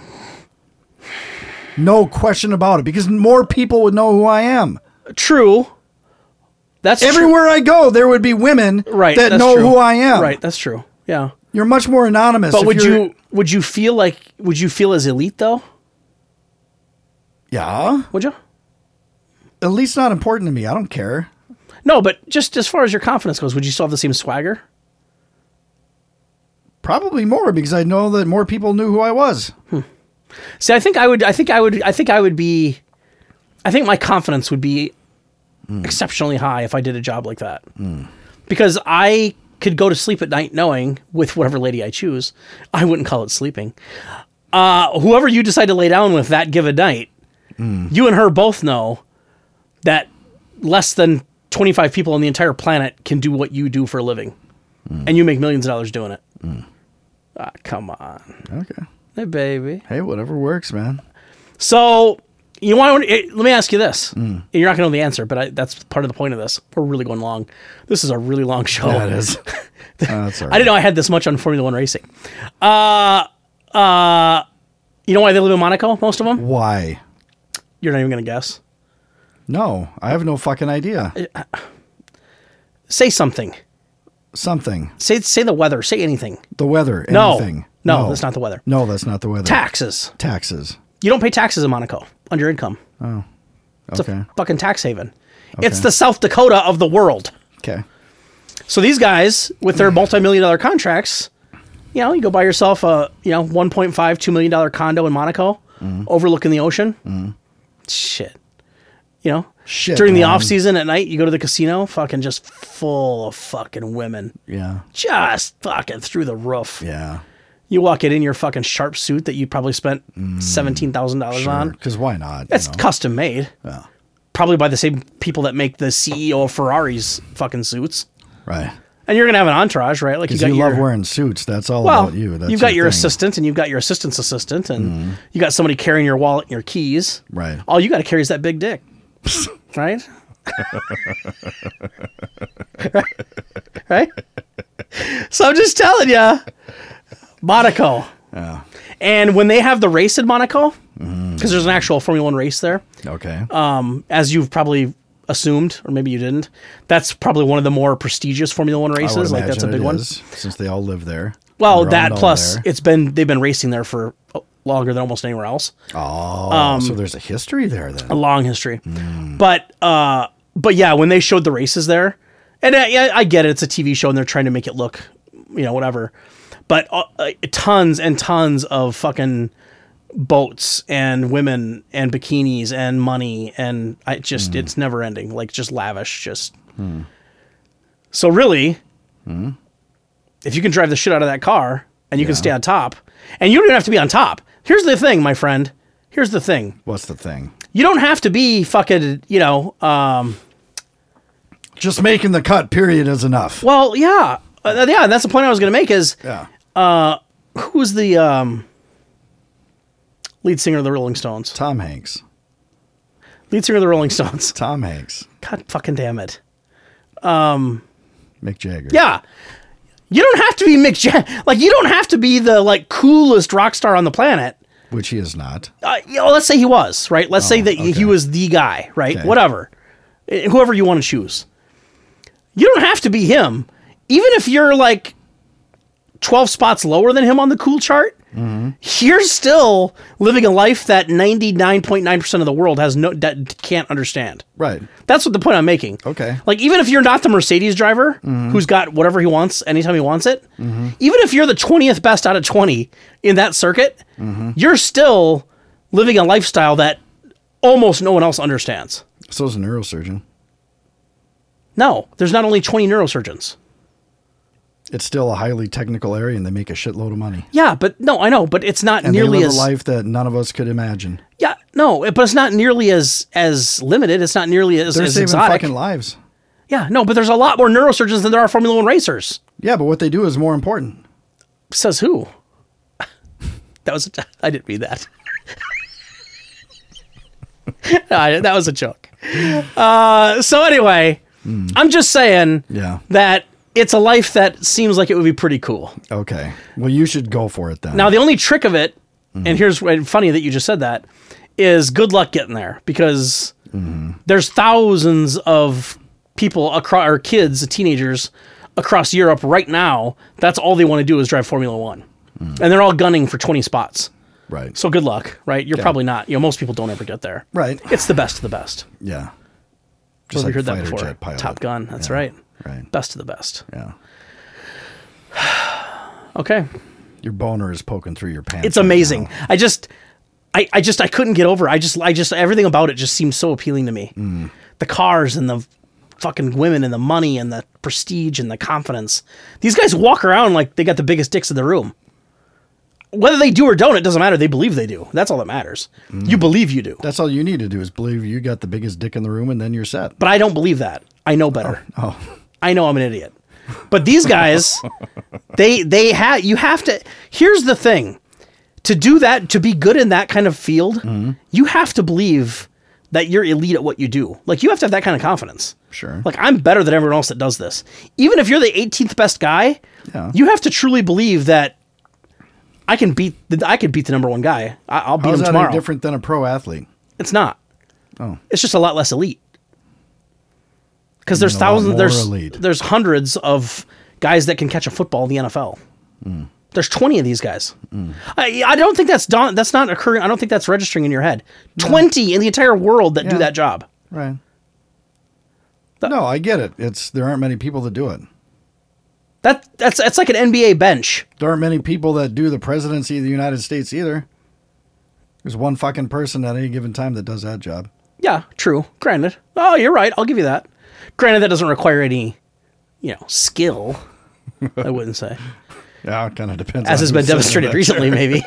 S1: No question about it, because more people would know who I am.
S2: true. That's true.
S1: Everywhere I go, there would be women
S2: right
S1: that
S2: that's
S1: know
S2: true.
S1: who I am.
S2: Right, that's true. Yeah.
S1: You're much more anonymous.
S2: But
S1: if
S2: would
S1: you're-
S2: you would you feel like would you feel as elite though?
S1: Yeah.
S2: Would you?
S1: At least not important to me. I don't care.
S2: No, but just as far as your confidence goes, would you still have the same swagger?
S1: Probably more because I know that more people knew who I was.
S2: See, I think I would I think I would I think I would be I think my confidence would be exceptionally high if I did a job like that. Because I could go to sleep at night knowing with whatever lady I choose, I wouldn't call it sleeping. Uh, whoever you decide to lay down with that given night, you and her both know that less than 25 people on the entire planet can do what you do for a living. And you make millions of dollars doing it. Ah, come on.
S1: Okay.
S2: Hey, baby.
S1: Hey, whatever works, man.
S2: So you want to let me ask you this, and you're not going to know the answer, but I, that's part of the point of this. We're really going long. This is a really long show.
S1: Yeah, it is. Uh, that's
S2: Oh.
S1: all
S2: I
S1: right.
S2: didn't know I had this much on Formula One racing. Uh, uh, you know why they live in Monaco? Most of them.
S1: Why?
S2: You're not even going to guess.
S1: No, I have no fucking idea.
S2: Say something.
S1: Something.
S2: Say say the weather. Say anything.
S1: The weather.
S2: No.
S1: Anything.
S2: No, that's not the weather.
S1: No, that's not the weather.
S2: Taxes.
S1: Taxes.
S2: You don't pay taxes in Monaco on your income. It's
S1: Oh, Okay.
S2: a fucking tax haven. It's
S1: Okay.
S2: the South Dakota of the world.
S1: Okay.
S2: So these guys with their multi-million dollar contracts, you know, you go buy yourself a, you know, 1.5 2 million dollar condo in Monaco overlooking the ocean. Shit. You know,
S1: Shit,
S2: during the
S1: man.
S2: off season at night, you go to the casino, fucking just full of fucking women.
S1: Yeah.
S2: Just fucking through the roof.
S1: Yeah.
S2: You walk in in your fucking sharp suit that you probably spent $17,000 on.
S1: Because why not? Mm, you
S2: That's
S1: know?
S2: custom made.
S1: Yeah.
S2: probably by the same people that make the CEO of Ferrari's fucking suits.
S1: Right.
S2: And you're gonna have an entourage, right? Like you
S1: Because
S2: got
S1: you
S2: your,
S1: love wearing suits. That's all
S2: well,
S1: about you. That's
S2: you've got your
S1: thing. Mm-hmm.
S2: assistant, and you've got your assistant's assistant, and you got somebody carrying your wallet and your keys.
S1: Right.
S2: All you got to carry is that big dick, right? right? So I'm just telling you, Monaco. And when they have the race in Monaco, because
S1: Mm-hmm.
S2: there's an actual Formula One race there,
S1: Okay.
S2: um, as you've probably assumed, or maybe you didn't, that's probably one of the more prestigious Formula One
S1: I would
S2: races. Like that's a
S1: imagine
S2: big
S1: it
S2: one.
S1: is, since they all live there.
S2: Well,
S1: They're all
S2: that
S1: known
S2: plus
S1: there.
S2: it's been they've been racing there for longer than almost anywhere else.
S1: oh,
S2: um,
S1: so there's a history there
S2: A
S1: then.
S2: long history, but uh, but yeah, when they showed the races there, and I, yeah, I get it, it's a TV show and they're trying to make it look, you know, whatever. But uh, uh, tons and tons of fucking boats and women and bikinis and money and I just it's never ending, like just lavish, just. So really, if you can drive the shit out of that car and you can stay on top, and you don't even have to be on top. Here's the thing, my friend. Here's the thing.
S1: What's the thing?
S2: You don't have to be fucking, you know, um,
S1: Just making the cut period is enough.
S2: well, yeah. Uh, yeah, that's the point I was going to make is
S1: Yeah.
S2: who's the um, lead singer of the Rolling Stones?
S1: Tom Hanks.
S2: Lead singer of the Rolling Stones.
S1: Tom Hanks.
S2: God fucking damn it.
S1: Mick Jagger.
S2: Yeah. You don't have to be Mick Jag- Like, you don't have to be the, like, coolest rock star on the planet.
S1: Which he is not.
S2: uh, you know, let's say he was right. Let's say that he was the guy, right?
S1: Okay.
S2: Whatever, Eh, whoever you want to choose. You don't have to be him, even if you're like twelve spots lower than him on the cool chart. You're still living a life that ninety nine point nine percent of the world has no that can't understand.
S1: Right.
S2: That's what the point I'm making.
S1: Okay.
S2: Like even if you're not the Mercedes driver
S1: Mm-hmm.
S2: who's got whatever he wants anytime he wants it, even if you're the 20th best out of 20 in that circuit,
S1: Mm-hmm.
S2: you're still living a lifestyle that almost no one else understands.
S1: So is a neurosurgeon.
S2: No, there's not only 20 neurosurgeons.
S1: It's still a highly technical area and they make a shitload of money.
S2: Yeah, but no, I know, but it's not
S1: And
S2: nearly
S1: they live
S2: as
S1: a life that none of us could imagine.
S2: Yeah, no, it- but it's not nearly as as limited, it's not nearly as,
S1: They're
S2: as
S1: saving
S2: exotic.
S1: fucking lives.
S2: Yeah, no, but there's a lot more neurosurgeons than there are Formula 1 racers.
S1: Yeah, but what they do is more important.
S2: Says who? That was I I didn't mean that. No, I- that was a joke. Uh, so anyway, I'm just saying
S1: Yeah.
S2: that it's a life that seems like it would be pretty cool.
S1: Okay. Well, you should go for it then.
S2: Now the only trick of it, and here's and funny that you just said that, is good luck getting there because there's thousands of people across or kids, teenagers across Europe right now. That's all they want to do is drive Formula One,
S1: Hmm.
S2: and they're all gunning for 20 spots.
S1: right.
S2: So good luck, right? You're probably not. You know, most people don't ever get there.
S1: right.
S2: It's the best of the best.
S1: Yeah.
S2: Just
S1: like
S2: heard that
S1: fighter
S2: before.
S1: jet pilot.
S2: Top Gun. That's
S1: Yeah.
S2: right.
S1: Right.
S2: Best of the best.
S1: Yeah.
S2: Okay.
S1: Your boner is poking through your pants.
S2: it's
S1: right
S2: amazing.
S1: now.
S2: I just, I, I just, I couldn't get over. it. I just, I just, everything about it just seemed so appealing to me. The cars and the fucking women and the money and the prestige and the confidence. These guys walk around like they got the biggest dicks in the room. Whether they do or don't, it doesn't matter. They believe they do. That's all that matters. You believe you do.
S1: That's all you need to do is believe you got the biggest dick in the room and then you're set.
S2: But I don't believe that. I know better.
S1: Oh,
S2: I know I'm an idiot. But these guys, they they had you have to here's the thing. To do that, to be good in that kind of field,
S1: Mm-hmm.
S2: you have to believe that you're elite at what you do. Like you have to have that kind of confidence.
S1: Sure.
S2: Like I'm better than everyone else that does this. Even if you're the 18th best guy,
S1: Yeah.
S2: you have to truly believe that I can beat the I could beat the number one guy. I, I'll beat
S1: How's
S2: him
S1: that
S2: tomorrow.
S1: any different than a pro athlete?
S2: It's not.
S1: Oh.
S2: It's just a lot less elite. Because there's
S1: a lot
S2: thousands,
S1: more
S2: there's
S1: elite.
S2: there's hundreds of guys that can catch a football in the NFL.
S1: Hmm.
S2: There's 20 of these guys. I, I don't think that's daun- that's not occurring. I don't think that's registering in your head. 20 in the entire world that do
S1: Yeah.
S2: that job.
S1: Right. No, I get it. It's there aren't many people that do it.
S2: That that's that's like an NBA bench.
S1: There aren't many people that do the presidency of the United States either. There's one fucking person at any given time that does that job.
S2: Yeah, true. Granted. Oh, you're right. I'll give you that. Granted, that doesn't require any, you know, skill. I wouldn't say.
S1: Yeah, it kind of depends.
S2: as has
S1: on who's
S2: been
S1: sitting
S2: demonstrated
S1: in that
S2: recently, maybe.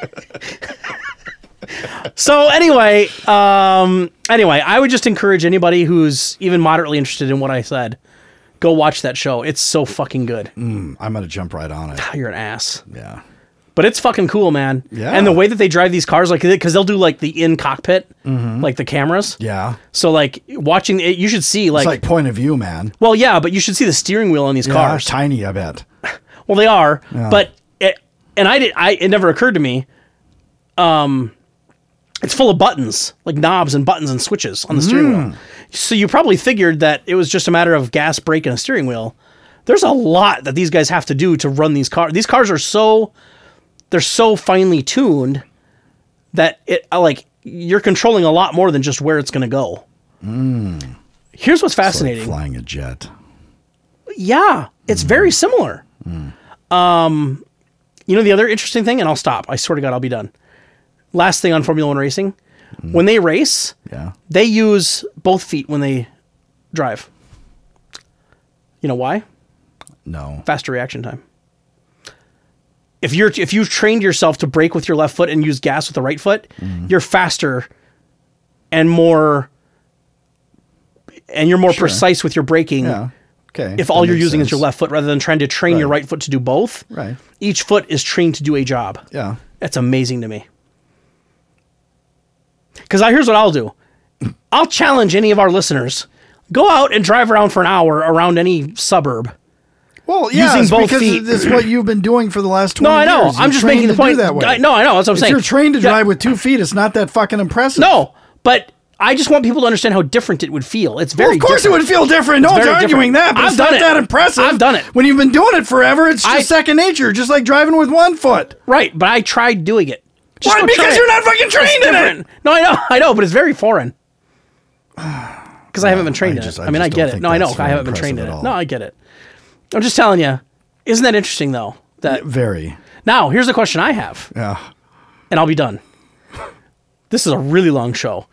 S2: so anyway, um, anyway, I would just encourage anybody who's even moderately interested in what I said, go watch that show. It's so fucking good.
S1: I'm gonna jump right on it.
S2: You're an ass.
S1: Yeah.
S2: But it's fucking cool, man.
S1: Yeah.
S2: And the way that they drive these cars, like, because they'll do like the in cockpit, like the cameras.
S1: Mm-hmm. Yeah.
S2: So like watching it, you should see like,
S1: It's like point of view, man.
S2: well, yeah, but you should see the steering wheel on these cars.
S1: Yeah, tiny, I bet.
S2: Well, they are, but it, and I did. I it never occurred to me. Um, it's full of buttons, like knobs and buttons and switches on the steering wheel. So you probably figured that it was just a matter of gas, brake, and a steering wheel. There's a lot that these guys have to do to run these cars. These cars are so they're so finely tuned that it I like you're controlling a lot more than just where it's going to go. Here's what's
S1: Like
S2: fascinating.
S1: flying a jet.
S2: Yeah, it's very similar. Um, you know the other interesting thing, and I'll stop. I swear to God, I'll be done. Last thing on Formula One racing, when they race,
S1: Yeah.
S2: they use both feet when they drive. You know why?
S1: No.
S2: Faster reaction time. If you're if you've trained yourself to brake with your left foot and use gas with the right foot, you're faster and more and you're more precise with your braking
S1: Yeah. Okay.
S2: if
S1: that
S2: all you're
S1: makes
S2: using is
S1: sense.
S2: your left foot rather than trying to train your right foot to do both.
S1: Right.
S2: Each foot is trained to do a job.
S1: Yeah.
S2: That's amazing to me. Cuz I here's what I'll do. I'll challenge any of our listeners. Go out and drive around for an hour around any suburb.
S1: Well, yeah,
S2: Using
S1: it's
S2: both
S1: because
S2: feet.
S1: it's what you've been doing for the last 20
S2: No, I know.
S1: years.
S2: I'm
S1: You're
S2: just
S1: trained
S2: making the
S1: to do
S2: point.
S1: that way.
S2: I, no, I know. That's what I'm
S1: If
S2: saying.
S1: you're trained to
S2: Yeah.
S1: drive with two feet, it's not that fucking impressive.
S2: No, but I just want people to understand how different it would feel. It's very
S1: Well, of course
S2: different.
S1: it would feel different. No one's
S2: very
S1: arguing
S2: different.
S1: that, but
S2: I've
S1: it's
S2: done
S1: not
S2: it.
S1: that impressive.
S2: I've done it.
S1: When you've been doing it forever, it's just
S2: I-
S1: second nature, just like driving with one foot.
S2: Right, but I tried doing it. Just
S1: Why?
S2: go try
S1: Because
S2: it.
S1: you're not fucking trained in it.
S2: different. No, I know, I know, but it's very foreign. Because I haven't been trained
S1: I just-
S2: in
S1: I
S2: it. I mean,
S1: just
S2: I
S1: don't
S2: get it.
S1: think
S2: No, I know.
S1: that's
S2: I
S1: very
S2: haven't been trained in
S1: impressive at
S2: it.
S1: all.
S2: No, I get it. I'm just telling you. Isn't that interesting though? That
S1: Very.
S2: now here's the question I have,
S1: Yeah.
S2: and I'll be done. This is a really long show.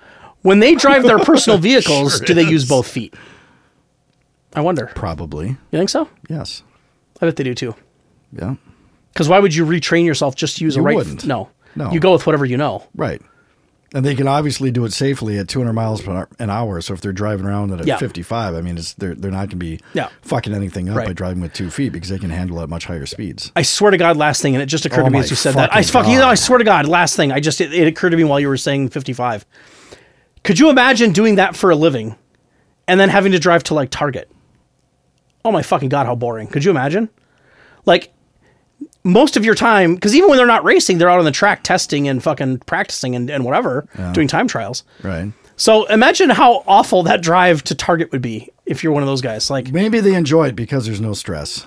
S2: When they drive their personal vehicles, do they use both feet? I wonder.
S1: Probably.
S2: You think so?
S1: Yes.
S2: I bet they do too.
S1: Yeah.
S2: Because why would you retrain yourself just to use
S1: You
S2: a right?
S1: wouldn't.
S2: No.
S1: No.
S2: You go with whatever you know.
S1: Right. And they can obviously do it safely at 200 miles per hour- an hour. So if they're driving around at a
S2: Yeah.
S1: 55, I mean, it's they're they're not going to be
S2: Yeah.
S1: fucking anything up
S2: Right.
S1: by driving with two feet because they can handle at much higher speeds.
S2: I swear to God, last thing, and it just occurred
S1: Oh
S2: to me
S1: my
S2: as you said that. I
S1: fucking
S2: fucking,
S1: God.
S2: I swear to God, last thing, I just, it, it occurred to me while you were saying 55. Could you imagine doing that for a living and then having to drive to like Target? Oh my fucking God, how boring. Could you imagine? Like, most of your time, because even when they're not racing, they're out on the track testing and fucking practicing and, and whatever, doing time trials.
S1: Right.
S2: So imagine how awful that drive to Target would be if you're one of those guys. Like,
S1: Maybe they enjoy it because there's no stress,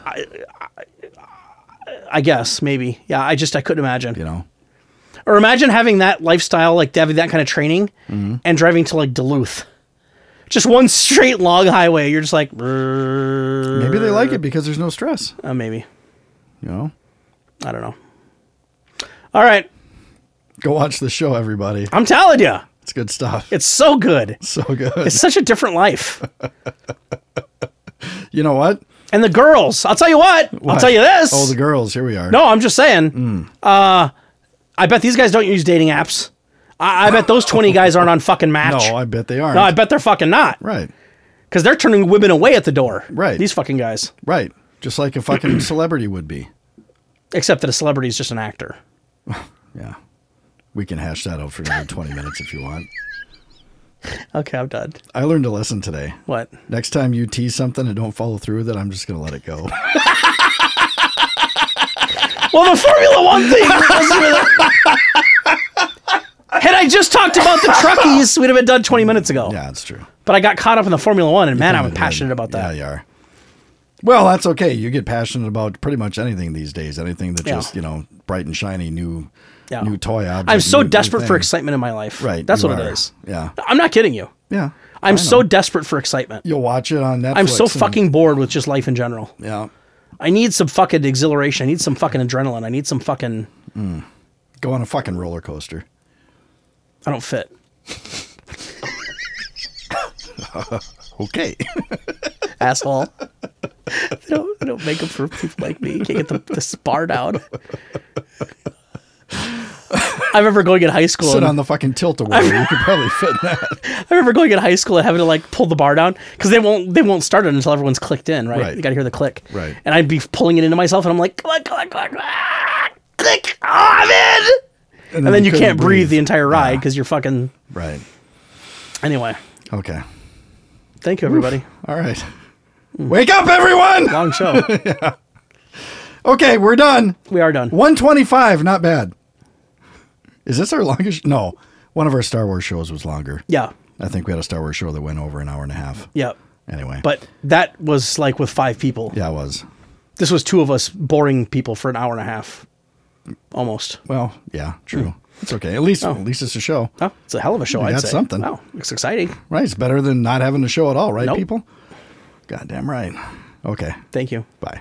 S2: I guess, maybe. Yeah, I just, I couldn't imagine.
S1: you know.
S2: Or imagine having that lifestyle, like having that kind of training,
S1: Mm-hmm.
S2: and driving to like Duluth, just one straight log highway. You're just like, "Brrr."
S1: Maybe they like it because there's no stress,
S2: Uh, maybe
S1: you know.
S2: I don't know. All right,
S1: Go watch the show everybody.
S2: I'm telling you,
S1: It's good stuff.
S2: it's so good.
S1: so good.
S2: It's such a different life.
S1: you know what?
S2: And the girls, I'll tell you what, I'll tell you this.
S1: Oh, the Mm. girls, here we are.
S2: no, I'm just saying. Uh, I bet these guys don't use dating apps. I, I bet those 20 guys aren't on fucking
S1: No,
S2: Match.
S1: I bet they are.
S2: no, I bet they're fucking not.
S1: right.
S2: Because they're turning women away at the door.
S1: Right.
S2: These fucking guys.
S1: Right. Just like a fucking celebrity would be.
S2: except that a celebrity is just an actor.
S1: Yeah. We can hash that out for another 20 minutes if you want.
S2: Okay, I'm done.
S1: I learned a lesson today.
S2: What?
S1: Next time you tease something and don't follow through with it, I'm just going to let it go.
S2: Well, the Formula One thing. wasn't really- Had I just talked about the truckies, we'd have been done 20 minutes ago.
S1: yeah, it's true.
S2: But I got caught up in the Formula One, and man, I'm
S1: Kinda
S2: passionate
S1: did.
S2: about that.
S1: Yeah, you are. Well, that's okay. You get passionate about pretty much anything these days. Anything that
S2: Yeah.
S1: just, you know, bright and shiny, new
S2: Yeah.
S1: new toy object.
S2: I'm so
S1: new- new
S2: desperate for
S1: thing.
S2: excitement in my life.
S1: Right.
S2: That's
S1: you
S2: what it
S1: are.
S2: is.
S1: Yeah.
S2: I'm not kidding you.
S1: Yeah.
S2: I'm
S1: I
S2: so
S1: know.
S2: desperate for excitement.
S1: You'll watch it on Netflix.
S2: I'm so
S1: and-
S2: fucking bored with just life in general.
S1: Yeah.
S2: I need some fucking exhilaration. I need some fucking adrenaline. I need some fucking.
S1: Go on a fucking roller coaster.
S2: I don't fit.
S1: Okay.
S2: asshole. they, don't, they don't make them for people like me. You can't get the, the spar down. I remember going in high school.
S1: Sit
S2: and-
S1: on the fucking tilt a whirl. You could probably fit in that.
S2: I remember going in high school and having to like pull the bar down because they won't they won't start it until everyone's clicked in, right?
S1: Right.
S2: You got to hear the click,
S1: Right.
S2: And I'd be pulling it into myself, and I'm like, click, click, click, ah, click, oh, I'm in. And, then you
S1: couldn't
S2: can't breathe. the entire ride because you're fucking.
S1: Right.
S2: Anyway,
S1: Okay.
S2: thank you everybody.
S1: All right. Wake up, everyone.
S2: Long show.
S1: Okay, we're done.
S2: we are done.
S1: 125, not bad. Is this our longest? No. One of our Star Wars shows was longer.
S2: Yeah,
S1: I think we had a Star Wars show that went over an hour and a half.
S2: yeah.
S1: Anyway.
S2: But that was like with five people.
S1: yeah, it was.
S2: This was two of us boring people for an hour and a half, almost.
S1: Well, yeah, true. It's okay. At least at least it's a show.
S2: Hmm. Oh, it's a hell of a show. I'd
S1: got
S2: say.
S1: something.
S2: Wow, it's exciting.
S1: Right. It's better than not having a show at all, right,
S2: Nope.
S1: people? Goddamn right. Okay.
S2: Thank you.
S1: Bye.